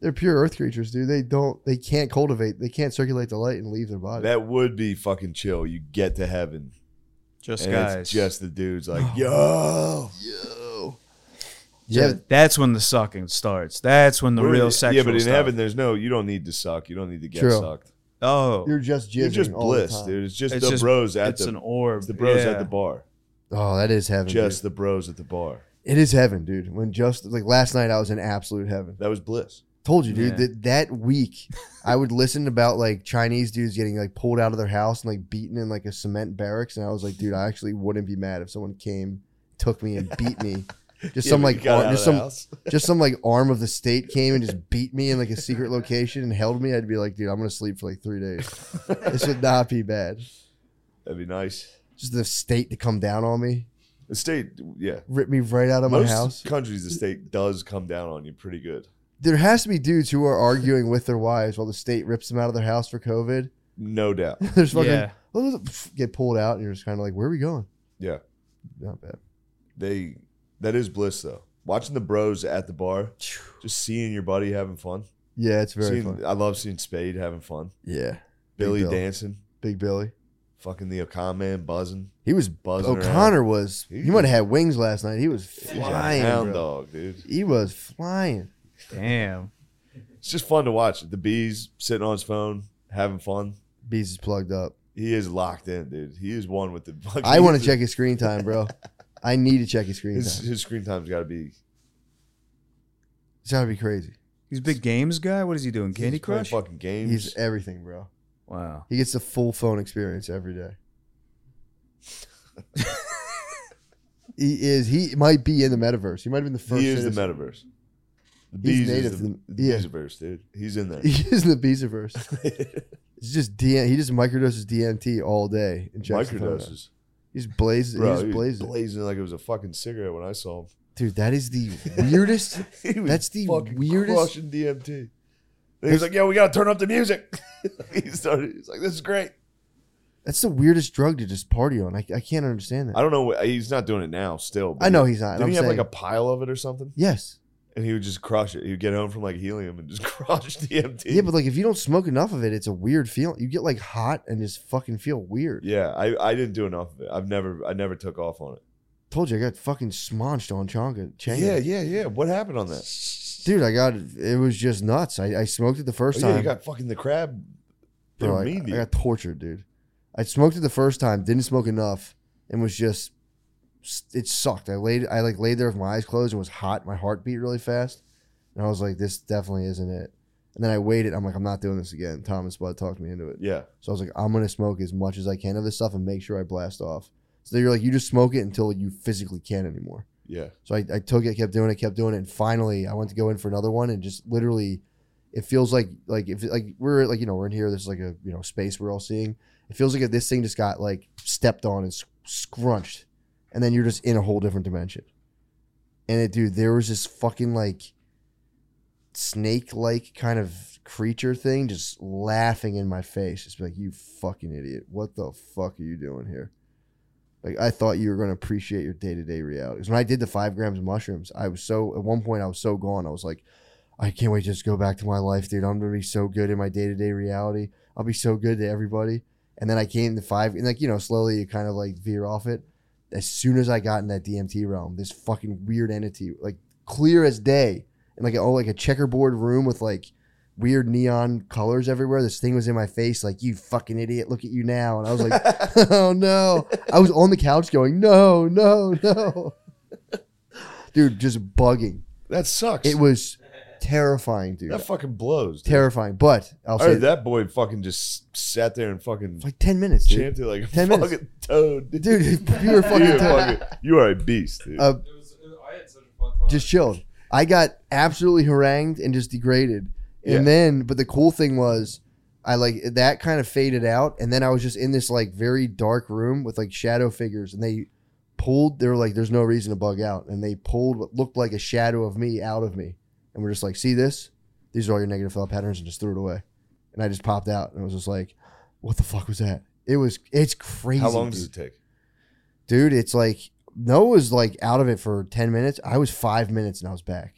Speaker 2: They're pure earth creatures, dude. They don't they can't cultivate, they can't circulate the light and leave their body.
Speaker 1: That would be fucking chill. You get to heaven,
Speaker 3: Just
Speaker 1: and
Speaker 3: guys.
Speaker 1: it's just the dudes like, yo,
Speaker 2: Yo.
Speaker 3: Yeah,
Speaker 2: Yeah,
Speaker 3: that's when the sucking starts. That's when the
Speaker 1: We're-
Speaker 3: real sexual.
Speaker 1: Yeah, but in
Speaker 3: stuff.
Speaker 1: heaven, there's no. You don't need to suck. You don't need to get
Speaker 2: True.
Speaker 1: sucked.
Speaker 3: oh,
Speaker 2: you're just jizzing
Speaker 1: You're just
Speaker 2: all the
Speaker 1: bliss,
Speaker 2: time.
Speaker 1: dude. It's just
Speaker 3: It's
Speaker 1: the
Speaker 3: just-
Speaker 1: bros at
Speaker 3: it's
Speaker 1: the
Speaker 3: an orb.
Speaker 1: it's the bros
Speaker 3: yeah.
Speaker 1: at the bar.
Speaker 2: Oh, that is heaven.
Speaker 1: Just
Speaker 2: Just
Speaker 1: the bros at the bar.
Speaker 2: it is heaven, dude. When just like last night I was in absolute heaven.
Speaker 1: That was bliss.
Speaker 2: Told you, dude,
Speaker 3: Yeah.
Speaker 2: that that week I would listen about like Chinese dudes getting like pulled out of their house and like beaten in like a cement barracks and I was like, dude, I actually wouldn't be mad if someone came, took me and beat me. Just
Speaker 1: Yeah,
Speaker 2: some
Speaker 1: but
Speaker 2: like
Speaker 1: you got
Speaker 2: ar-
Speaker 1: out
Speaker 2: just
Speaker 1: of the
Speaker 2: some
Speaker 1: house.
Speaker 2: just some like arm of the state came and just beat me in like a secret location and held me, I'd be like, dude, I'm gonna sleep for like three days. This would not be bad.
Speaker 1: That'd be nice.
Speaker 2: Just the state to come down on me,
Speaker 1: The state, yeah.
Speaker 2: rip me right out of my
Speaker 1: Most
Speaker 2: house.
Speaker 1: countries, the state does come down on you pretty good.
Speaker 2: There has to be dudes who are arguing with their wives while the state rips them out of their house for COVID.
Speaker 1: No doubt.
Speaker 2: There's fucking
Speaker 3: Yeah.
Speaker 2: oh, pff, get pulled out and you're just kind of like, where are we going?
Speaker 1: Yeah.
Speaker 2: Not bad.
Speaker 1: They that is bliss though. Watching the bros at the bar, just seeing your buddy having fun.
Speaker 2: Yeah, it's very
Speaker 1: Seeing-
Speaker 2: fun.
Speaker 1: I love seeing Spade having fun.
Speaker 2: Yeah, Big
Speaker 1: Billy
Speaker 2: Bill.
Speaker 1: dancing,
Speaker 2: Big Billy.
Speaker 1: fucking the Ocon man buzzing.
Speaker 2: He was
Speaker 1: Buzzing around.
Speaker 2: O'Connor was.
Speaker 1: He
Speaker 2: He might have had wings last night. He was
Speaker 1: He's a
Speaker 2: flying,
Speaker 1: hound
Speaker 2: bro.
Speaker 1: dog, dude.
Speaker 2: He was flying.
Speaker 3: Damn.
Speaker 1: It's just fun to watch. The bees sitting on his phone, having fun.
Speaker 2: Bees is plugged up.
Speaker 1: He is locked in, dude. He is one with the. fucking-
Speaker 2: I want to check his screen time, bro. I need to check his screen
Speaker 1: His,
Speaker 2: time.
Speaker 1: his screen time's got to be
Speaker 2: It's gotta be crazy.
Speaker 3: He's a big games guy. What is he doing? Candy
Speaker 1: he's playing
Speaker 3: Crush.
Speaker 1: fucking games.
Speaker 2: He's everything, bro.
Speaker 3: Wow.
Speaker 2: He gets the full phone experience every day. he is. He might be in the metaverse. He might have been the first.
Speaker 1: he is the
Speaker 2: citizen-
Speaker 1: metaverse. The bees
Speaker 2: native
Speaker 1: is
Speaker 2: to
Speaker 1: the,
Speaker 2: the-
Speaker 1: the
Speaker 2: yeah.
Speaker 1: beesiverse, dude. He's in there.
Speaker 2: He is in the beesiverse. It's just DM. He just microdoses DMT all day and checks the phone out.
Speaker 1: Microdoses,
Speaker 2: He's blazing.
Speaker 1: bro.
Speaker 2: he's
Speaker 1: he was
Speaker 2: blazing.
Speaker 1: blazing like it was a fucking cigarette when I saw him.
Speaker 2: Dude, that is the weirdest.
Speaker 1: He was
Speaker 2: That's the
Speaker 1: fucking
Speaker 2: weirdest-
Speaker 1: Crushing DMT. He was like, "Yo, we gotta turn up the music." he started. He's like, "This is great."
Speaker 2: that's the weirdest drug to just party on. I, I can't understand
Speaker 1: I
Speaker 2: that.
Speaker 1: don't know. wh- He's not doing it now. Still, but
Speaker 2: I know
Speaker 1: He,
Speaker 2: he's not.
Speaker 1: didn't
Speaker 2: I'm
Speaker 1: he have
Speaker 2: saying-
Speaker 1: like a pile of it or something?
Speaker 2: yes.
Speaker 1: And he would just crush it. He'd get home from like helium and just crush DMT.
Speaker 2: Yeah, but like if you don't smoke enough of it, it's a weird feeling. You get like hot and just fucking feel weird.
Speaker 1: yeah, I, I didn't do enough of it. I've never I never took off on it.
Speaker 2: Told you I got fucking smaunched on Changa. Changa.
Speaker 1: Yeah, yeah, yeah. What happened on that?
Speaker 2: Dude, I got it was just nuts. I, I smoked it the first
Speaker 1: Oh, yeah,
Speaker 2: time.
Speaker 1: you got fucking the crab. They
Speaker 2: Bro,
Speaker 1: were
Speaker 2: I,
Speaker 1: mean to
Speaker 2: I
Speaker 1: you.
Speaker 2: got tortured, dude. I smoked it the first time, didn't smoke enough, and was just it sucked. I laid I like laid there with my eyes closed. It was hot. My heart beat really fast, and I was like, "This definitely isn't it." And then I waited. I'm like, "I'm not doing this again." Thomas Bud talked me into it.
Speaker 1: Yeah.
Speaker 2: So I was like, I'm gonna smoke as much as I can of this stuff and make sure I blast off. So you're like, you just smoke it until you physically can't anymore.
Speaker 1: Yeah.
Speaker 2: So I, I took it, kept doing it, kept doing it, and finally I went to go in for another one and just literally it feels like like if like we're like you know, we're in here, this is like a you know space we're all seeing. It feels like if this thing just got like stepped on and sc- scrunched, and then you're just in a whole different dimension. And it dude, there was this fucking like snake like kind of creature thing just laughing in my face. Just be like, you fucking idiot. What the fuck are you doing here? Like, I thought you were going to appreciate your day to day realities. When I did the five grams of mushrooms, I was so, at one point, I was so gone. I was like, I can't wait to just go back to my life, dude. I'm going to be so good in my day to day reality. I'll be so good to everybody. And then I came to five, and like, you know, slowly you kind of like veer off it. As soon as I got in that DMT realm, this fucking weird entity, like clear as day, in like a, oh like a checkerboard room with like weird neon colors everywhere. This thing was in my face, like you fucking idiot, look at you now. And I was like, oh no. I was on the couch going, no, no, no, dude, just bugging.
Speaker 1: That sucks.
Speaker 2: It was terrifying, dude.
Speaker 1: that fucking blows. Dude.
Speaker 2: terrifying, but I'll
Speaker 1: I
Speaker 2: say
Speaker 1: heard that boy fucking just sat there and fucking
Speaker 2: like ten minutes, dude.
Speaker 1: chanted like a
Speaker 2: Ten minutes.
Speaker 1: fucking toad.
Speaker 2: Dude, you were
Speaker 1: you,
Speaker 2: fucking.
Speaker 1: fucking, you are a beast, dude.
Speaker 2: Uh,
Speaker 5: It was, it, I
Speaker 2: just chilled. I got absolutely harangued and just degraded. And
Speaker 1: Yeah.
Speaker 2: then, but the cool thing was, I like that kind of faded out. And then I was just in this like very dark room with like shadow figures, and they pulled. They were like, "There's no reason to bug out," and they pulled what looked like a shadow of me out of me, and we're just like, "See this? These are all your negative thought patterns," and just threw it away. And I just popped out, and I was just like, "What the fuck was that?" It was. It's crazy.
Speaker 1: How long does
Speaker 2: dude
Speaker 1: it take?
Speaker 2: dude, it's like Noah was like out of it for ten minutes. I was five minutes and I was back.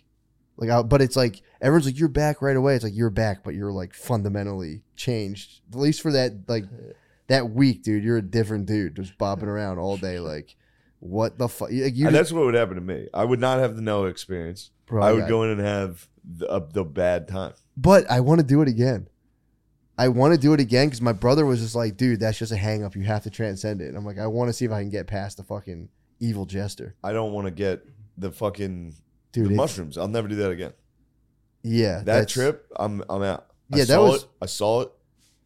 Speaker 2: Like, I, but it's like everyone's like, "You're back right away." It's like you're back, but you're like fundamentally changed. At least for that like that week, dude, you're a different dude, just bopping around all day. Like, what the fuck? Like, you
Speaker 1: And
Speaker 2: just,
Speaker 1: that's what would happen to me. I would not have the no experience.
Speaker 2: bro,
Speaker 1: I would
Speaker 2: God.
Speaker 1: go in and have the, uh, the bad time.
Speaker 2: but I want to do it again. I want to do it again because my brother was just like, "Dude, that's just a hang up. You have to transcend it." And I'm like, I want to see if I can get past the fucking evil jester,
Speaker 1: I don't want to get the fucking
Speaker 2: dude.
Speaker 1: the
Speaker 2: it's-
Speaker 1: mushrooms. I'll never do that again.
Speaker 2: yeah,
Speaker 1: That
Speaker 2: that's-
Speaker 1: trip, I'm I'm out. I
Speaker 2: Yeah, that
Speaker 1: saw
Speaker 2: was-
Speaker 1: it. I saw it.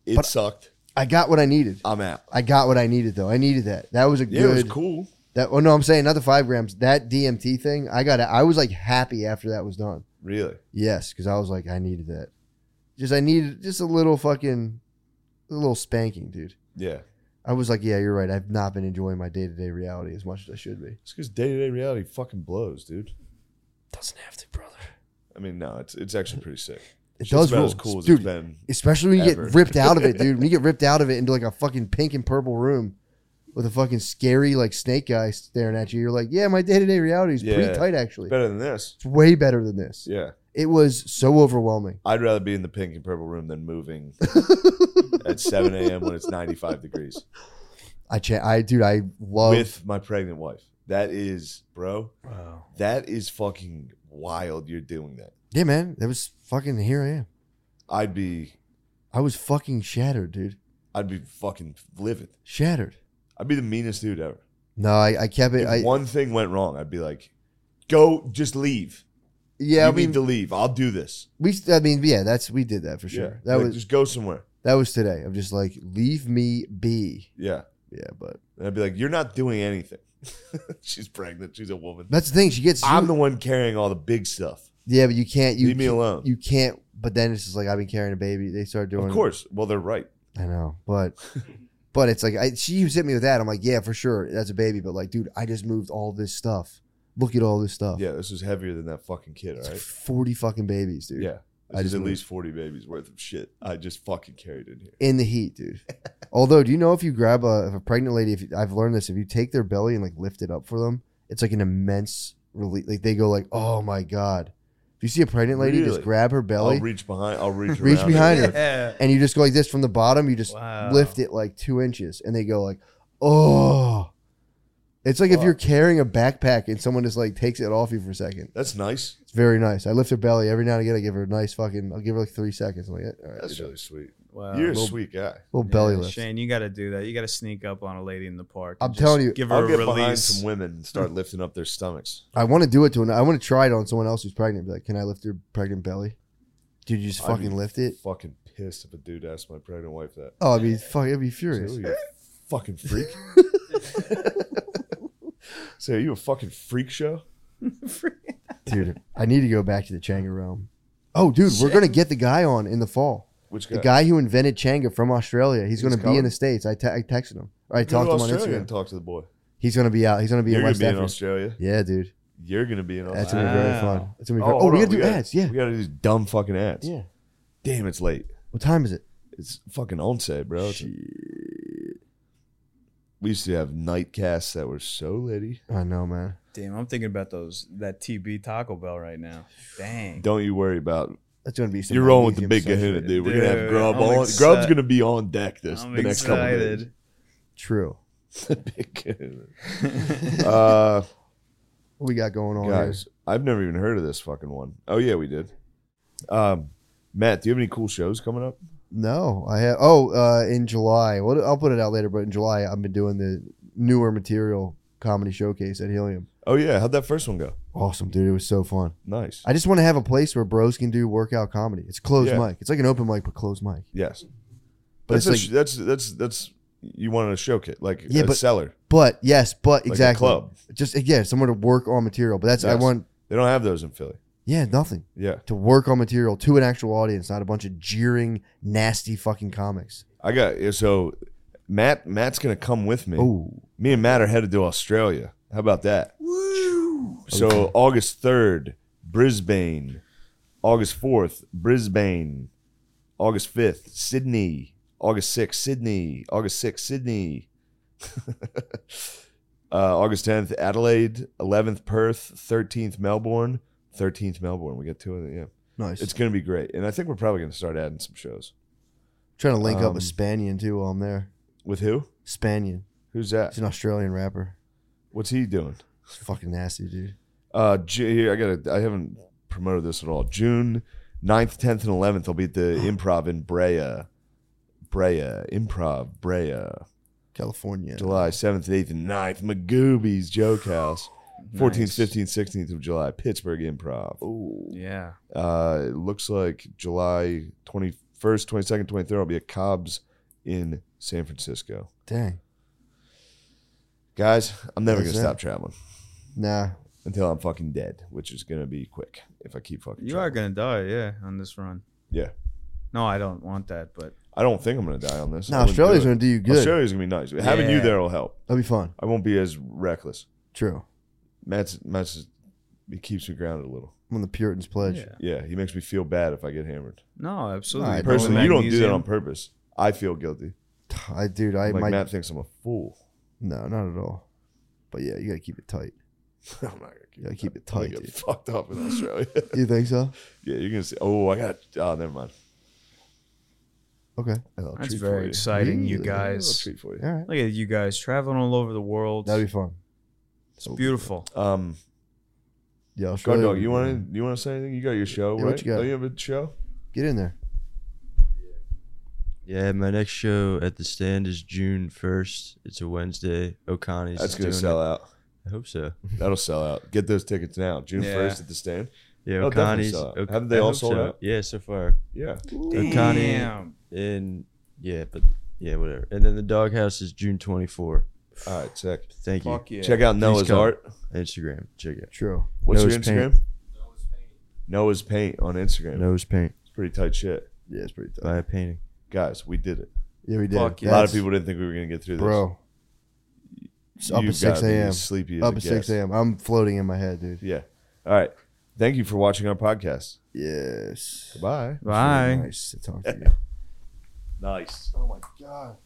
Speaker 1: It
Speaker 2: But-
Speaker 1: sucked.
Speaker 2: I got what I needed.
Speaker 1: I'm out.
Speaker 2: I got what I needed though. I needed that. That was a
Speaker 1: Yeah,
Speaker 2: good.
Speaker 1: it was cool.
Speaker 2: That oh no, I'm saying another five grams. That DMT thing, I got. I was like happy after that was done.
Speaker 1: Really.
Speaker 2: Yes, because I was like, I needed that. Just I needed just a little fucking, a little spanking, dude.
Speaker 1: Yeah.
Speaker 2: I was like, yeah, you're right. I've not been enjoying my day to day reality as much as I should be.
Speaker 1: It's because day to day reality fucking blows, dude.
Speaker 2: Doesn't have to, brother.
Speaker 1: I mean, no, it's it's actually pretty sick.
Speaker 2: It
Speaker 1: Shit's
Speaker 2: does
Speaker 1: about
Speaker 2: rule,
Speaker 1: as cool as
Speaker 2: dude.
Speaker 1: it's been.
Speaker 2: especially when you
Speaker 1: Ever.
Speaker 2: get ripped out of it, dude. When you get ripped out of it into like a fucking pink and purple room with a fucking scary like snake guy staring at you, you're like, yeah, my day to day reality is
Speaker 1: Yeah.
Speaker 2: pretty tight actually.
Speaker 1: Better than this.
Speaker 2: It's way better than this.
Speaker 1: Yeah.
Speaker 2: It was so overwhelming.
Speaker 1: I'd rather be in the pink and purple room than moving at 7 a.m. when it's 95 degrees
Speaker 2: I, cha- I, dude, I love.
Speaker 1: with my pregnant wife. That is, bro,
Speaker 3: Wow.
Speaker 1: that is fucking wild. You're doing that.
Speaker 2: yeah, man, that was fucking. Here I am.
Speaker 1: I'd be,
Speaker 2: I was fucking shattered, dude.
Speaker 1: I'd be fucking livid.
Speaker 2: Shattered.
Speaker 1: I'd be the meanest dude ever.
Speaker 2: No, I, I kept it.
Speaker 1: If
Speaker 2: I,
Speaker 1: one thing went wrong, I'd be like, "Go, just leave.
Speaker 2: yeah, I
Speaker 1: you
Speaker 2: mean,
Speaker 1: need to leave. I'll do this."
Speaker 2: we. I mean, yeah, that's we did that for sure.
Speaker 1: Yeah.
Speaker 2: That
Speaker 1: Like,
Speaker 2: was
Speaker 1: just go somewhere.
Speaker 2: that was today. I'm just like, leave me be.
Speaker 1: Yeah.
Speaker 2: Yeah, but
Speaker 1: And I'd be like, "You're not doing anything. She's pregnant. She's a woman.
Speaker 2: that's the thing. She gets.
Speaker 1: I'm the one carrying all the big stuff.
Speaker 2: yeah, but you can't. You
Speaker 1: Leave me
Speaker 2: can't-
Speaker 1: alone."
Speaker 2: You can't. But then it's just like I've been carrying a baby. They start doing.
Speaker 1: of course. Well, they're right.
Speaker 2: I know, but but it's like I, she was hit me with that. I'm like, yeah, for sure, that's a baby. But like, dude, I just moved all this stuff. Look at all this stuff.
Speaker 1: Yeah, this was heavier than that fucking kid, all
Speaker 2: It's
Speaker 1: right?
Speaker 2: forty fucking babies, dude.
Speaker 1: Yeah. This
Speaker 2: I
Speaker 1: is
Speaker 2: just
Speaker 1: at
Speaker 2: moved.
Speaker 1: least 40 babies worth of shit I just fucking carried in here.
Speaker 2: in the heat, dude. Although, do you know if you grab a, if a pregnant lady? If you, I've learned this, if you take their belly and like lift it up for them, it's like an immense relief. Like they go like, oh my god. If you see a pregnant lady,
Speaker 1: Really? Oh,
Speaker 2: just grab her belly
Speaker 1: I'll reach behind. I'll reach
Speaker 2: Reach
Speaker 1: around
Speaker 2: behind
Speaker 1: and-
Speaker 2: her. and you just go like this from the bottom. You just
Speaker 3: Wow.
Speaker 2: lift it like two inches, and they go like, oh. It's like if you're carrying a backpack and someone just like takes it off you for a second.
Speaker 1: That's nice.
Speaker 2: It's very nice. I lift her belly every now and again. I give her a nice fucking. I'll give her like three seconds. I'm like, all right,
Speaker 1: That's
Speaker 2: you're
Speaker 1: really sweet.
Speaker 3: Wow.
Speaker 1: You're a
Speaker 3: Little-
Speaker 1: sweet guy.
Speaker 2: done." little belly
Speaker 3: Yeah,
Speaker 2: lift.
Speaker 3: Shane, you got to do that. You got to sneak up on a lady in the park.
Speaker 2: I'm
Speaker 3: and
Speaker 2: telling
Speaker 3: just
Speaker 2: you-
Speaker 3: give her
Speaker 1: I'll
Speaker 3: a
Speaker 1: get behind
Speaker 3: release.
Speaker 1: some women and start lifting up their stomachs.
Speaker 2: I want to do it to an. I want to try it on someone else who's pregnant. Be like, can I lift your pregnant belly? Dude, you just
Speaker 1: I'd be
Speaker 2: fucking lift it.
Speaker 1: Fucking pissed if a dude asked my pregnant wife that.
Speaker 2: Oh, I'd be fucking. I'd be
Speaker 1: Say,
Speaker 2: furious.
Speaker 1: "What are you, a fucking freak. Say, are you a fucking freak show?
Speaker 2: dude. I need to go back to the Changa realm. Oh, dude, we're gonna get the guy on in the fall.
Speaker 1: Which guy?
Speaker 2: The guy who invented Changa from Australia. He's, gonna be
Speaker 1: coming?
Speaker 2: in the states. I, te- I texted him. Or I
Speaker 1: Go
Speaker 2: talked
Speaker 1: to
Speaker 2: to him on
Speaker 1: Australia and
Speaker 2: Instagram.
Speaker 1: talk to the boy.
Speaker 2: He's gonna be out. He's gonna be
Speaker 1: You're
Speaker 2: in
Speaker 1: gonna
Speaker 2: West
Speaker 1: be in
Speaker 2: Africa.
Speaker 1: Australia.
Speaker 2: Yeah, dude.
Speaker 1: You're gonna be in Australia.
Speaker 2: That's gonna be very
Speaker 3: Wow.
Speaker 2: fun. That's gonna be.
Speaker 1: Oh,
Speaker 2: very- Oh,
Speaker 1: hold
Speaker 2: we
Speaker 1: on,
Speaker 2: gotta do
Speaker 1: gotta-
Speaker 2: ads. Yeah.
Speaker 1: we gotta do these dumb fucking ads.
Speaker 2: Yeah.
Speaker 1: Damn, it's late.
Speaker 2: What time is it?
Speaker 1: It's fucking once, bro. It's- we used to have night casts that were so litty.
Speaker 2: I know, man.
Speaker 3: Damn, I'm thinking about those that TB Taco Bell right now. Dang.
Speaker 1: Don't you worry about.
Speaker 2: That's gonna be. Some
Speaker 1: You're rolling with the big
Speaker 2: magnesium
Speaker 1: kahuna,
Speaker 2: sulfate.
Speaker 1: dude. We're gonna have
Speaker 3: Dude,
Speaker 1: grub
Speaker 3: I'm
Speaker 1: on.
Speaker 3: exci-
Speaker 1: Grub's gonna be on deck this
Speaker 3: I'm
Speaker 1: the next couple of days.
Speaker 3: excited.
Speaker 2: True.
Speaker 1: big kahuna. uh,
Speaker 2: What we got going on? here?
Speaker 1: guys, I've never even heard of this fucking one. Oh yeah, we did. Um, Matt, do you have any cool shows coming up?
Speaker 2: No, I have. Oh, uh, in July. Well, I'll put it out later, but in July, I've been doing the newer material comedy showcase at Helium.
Speaker 1: Oh yeah, how'd that first one go?
Speaker 2: Awesome, dude. It was so fun.
Speaker 1: Nice.
Speaker 2: I just want to have a place where bros can do workout comedy. It's closed
Speaker 1: Yeah.
Speaker 2: mic. It's like an open mic, but closed mic.
Speaker 1: yes,
Speaker 2: But
Speaker 1: that's
Speaker 2: it's
Speaker 1: a, sh that's that's that's you wanted to showcase like
Speaker 2: Yeah,
Speaker 1: a
Speaker 2: but-
Speaker 1: seller.
Speaker 2: But yes, but
Speaker 1: a
Speaker 2: exactly.
Speaker 1: club.
Speaker 2: Just yeah, somewhere to work on material. But that's I
Speaker 1: Yes.
Speaker 2: want.
Speaker 1: They They don't have those in Philly.
Speaker 2: Yeah, nothing.
Speaker 1: Yeah.
Speaker 2: To work on material to an actual audience, not a bunch of jeering, nasty fucking comics.
Speaker 1: I got yeah, so Matt Matt's gonna come with me.
Speaker 2: Oh,
Speaker 1: Me and Matt are headed to Australia. How about that? So August third, Brisbane. August fourth, Brisbane. August fifth, Sydney. August sixth, Sydney. August sixth, Sydney. uh, August tenth, Adelaide. Eleventh, Perth. Thirteenth, Melbourne. Thirteenth, Melbourne. We got two of them. Yeah,
Speaker 2: nice.
Speaker 1: it's gonna be great, and I think we're probably gonna start adding some shows.
Speaker 2: Trying to link up
Speaker 1: um,
Speaker 2: with Spanian too while I'm there.
Speaker 1: With who?
Speaker 2: Spanian,
Speaker 1: Who's
Speaker 2: he's
Speaker 1: that?
Speaker 2: an Australian rapper.
Speaker 1: What's he doing?
Speaker 2: He's fucking nasty, dude.
Speaker 1: Uh, Ju- here I gotta. I haven't promoted this at all. June 9th, tenth, and eleventh. I'll be at the Improv in Brea. Brea Improv Brea.
Speaker 2: California.
Speaker 1: July seventh, eighth, and 9th. Magoobies Joke House. Fourteenth,
Speaker 3: Nice.
Speaker 1: fifteenth, sixteenth of July. Pittsburgh Improv.
Speaker 2: Oh,
Speaker 3: Yeah.
Speaker 1: Uh, it looks like July twenty first, twenty second, twenty third. I'll be at Cobb's in San Francisco.
Speaker 2: dang.
Speaker 1: Guys, I'm never
Speaker 2: That's
Speaker 1: gonna
Speaker 2: it.
Speaker 1: stop traveling
Speaker 2: Nah,
Speaker 1: until I'm fucking dead, which is gonna be quick if I keep fucking.
Speaker 3: You
Speaker 1: traveling.
Speaker 3: are gonna die, yeah, on this run.
Speaker 1: Yeah.
Speaker 3: No, I don't want that, but
Speaker 1: I don't think I'm gonna die on this.
Speaker 2: nah.
Speaker 1: I wouldn't do
Speaker 2: Australia's
Speaker 1: it.
Speaker 2: gonna do you good.
Speaker 1: Australia's gonna be nice. Having you
Speaker 3: Yeah.
Speaker 1: there will help.
Speaker 2: That'll be fun.
Speaker 1: I won't be as reckless.
Speaker 2: True.
Speaker 1: Matt's Matt's he keeps me grounded a little.
Speaker 2: I'm on the Puritan's pledge.
Speaker 3: yeah.
Speaker 1: Yeah, he makes me feel bad if I get hammered.
Speaker 3: No, absolutely.
Speaker 2: Alright,
Speaker 3: Go with
Speaker 1: Personally, you don't do that on
Speaker 3: magnesium.
Speaker 1: purpose. I feel guilty.
Speaker 2: I dude, I
Speaker 1: like
Speaker 2: might
Speaker 1: Matt thinks I'm a fool.
Speaker 2: no, not at all. But yeah, you gotta keep it tight.
Speaker 1: I'm not gonna keep,
Speaker 2: Yeah, keep it
Speaker 1: I'm gonna
Speaker 2: tight,
Speaker 1: get
Speaker 2: dude.
Speaker 1: fucked up in Australia.
Speaker 2: You think so?
Speaker 1: yeah, you're gonna say, "Oh, I got." Oh, never mind.
Speaker 2: Okay,
Speaker 1: I have a
Speaker 3: That's
Speaker 1: treat for
Speaker 3: very
Speaker 1: you.
Speaker 3: exciting, you
Speaker 2: Really?
Speaker 1: I have a
Speaker 3: guys.
Speaker 1: treat for you.
Speaker 2: all right,
Speaker 3: Look at you guys traveling all over the world.
Speaker 2: that'd be fun.
Speaker 3: it's beautiful.
Speaker 1: Um,
Speaker 2: Yeah,
Speaker 1: Guard
Speaker 2: Australia.
Speaker 1: Dog, you want to you want to say anything? You got your show,
Speaker 2: Yeah, what
Speaker 1: right?
Speaker 2: you got?
Speaker 1: Don't you have a show?
Speaker 2: get in there?
Speaker 4: Yeah, my next show at the stand is June first. It's a Wednesday. O'Connor's
Speaker 1: That's
Speaker 4: is
Speaker 1: gonna
Speaker 4: doing
Speaker 1: sell
Speaker 4: it.
Speaker 1: out. Oh,
Speaker 4: I hope so.
Speaker 1: That'll sell out. Get those tickets now, June
Speaker 3: Yeah.
Speaker 1: first at the stand.
Speaker 4: Yeah,
Speaker 1: They'll definitely
Speaker 4: O'Connor's.
Speaker 1: sell out.
Speaker 4: O'C-
Speaker 1: Haven't they
Speaker 4: I
Speaker 1: all
Speaker 4: hope
Speaker 1: sold
Speaker 4: so.
Speaker 1: out?
Speaker 4: Yeah, so far.
Speaker 1: Yeah.
Speaker 4: Connie-
Speaker 3: Damn.
Speaker 4: And yeah, but yeah, whatever. And then the doghouse is June twenty four.
Speaker 1: All right, check.
Speaker 4: Thank you.
Speaker 3: Fuck yeah.
Speaker 1: Check out Noah's
Speaker 4: come.
Speaker 1: art.
Speaker 4: Instagram. Check it.
Speaker 2: True.
Speaker 1: What's your
Speaker 4: Noah's
Speaker 1: Instagram?
Speaker 4: Paint.
Speaker 1: Noah's Paint on Instagram.
Speaker 4: Nose paint
Speaker 1: It's pretty tight shit.
Speaker 2: Yeah, it's pretty tight.
Speaker 4: by a painting.
Speaker 1: Guys, we did it.
Speaker 2: Yeah, we did.
Speaker 3: Fuck
Speaker 1: a
Speaker 3: yeah.
Speaker 1: lot of
Speaker 2: That's-
Speaker 1: people didn't think we were going to get through this.
Speaker 2: bro. It's up
Speaker 1: You've
Speaker 2: at six
Speaker 1: gotta be
Speaker 2: a.m.
Speaker 1: Sleepy as
Speaker 2: Up
Speaker 1: a
Speaker 2: at six
Speaker 1: guest.
Speaker 2: a.m. I'm floating in my head, dude.
Speaker 1: Yeah. All right. Thank you for watching our podcast.
Speaker 2: Yes.
Speaker 1: Goodbye.
Speaker 3: Bye.
Speaker 2: Nice to talk to you.
Speaker 1: Nice.
Speaker 2: oh my god.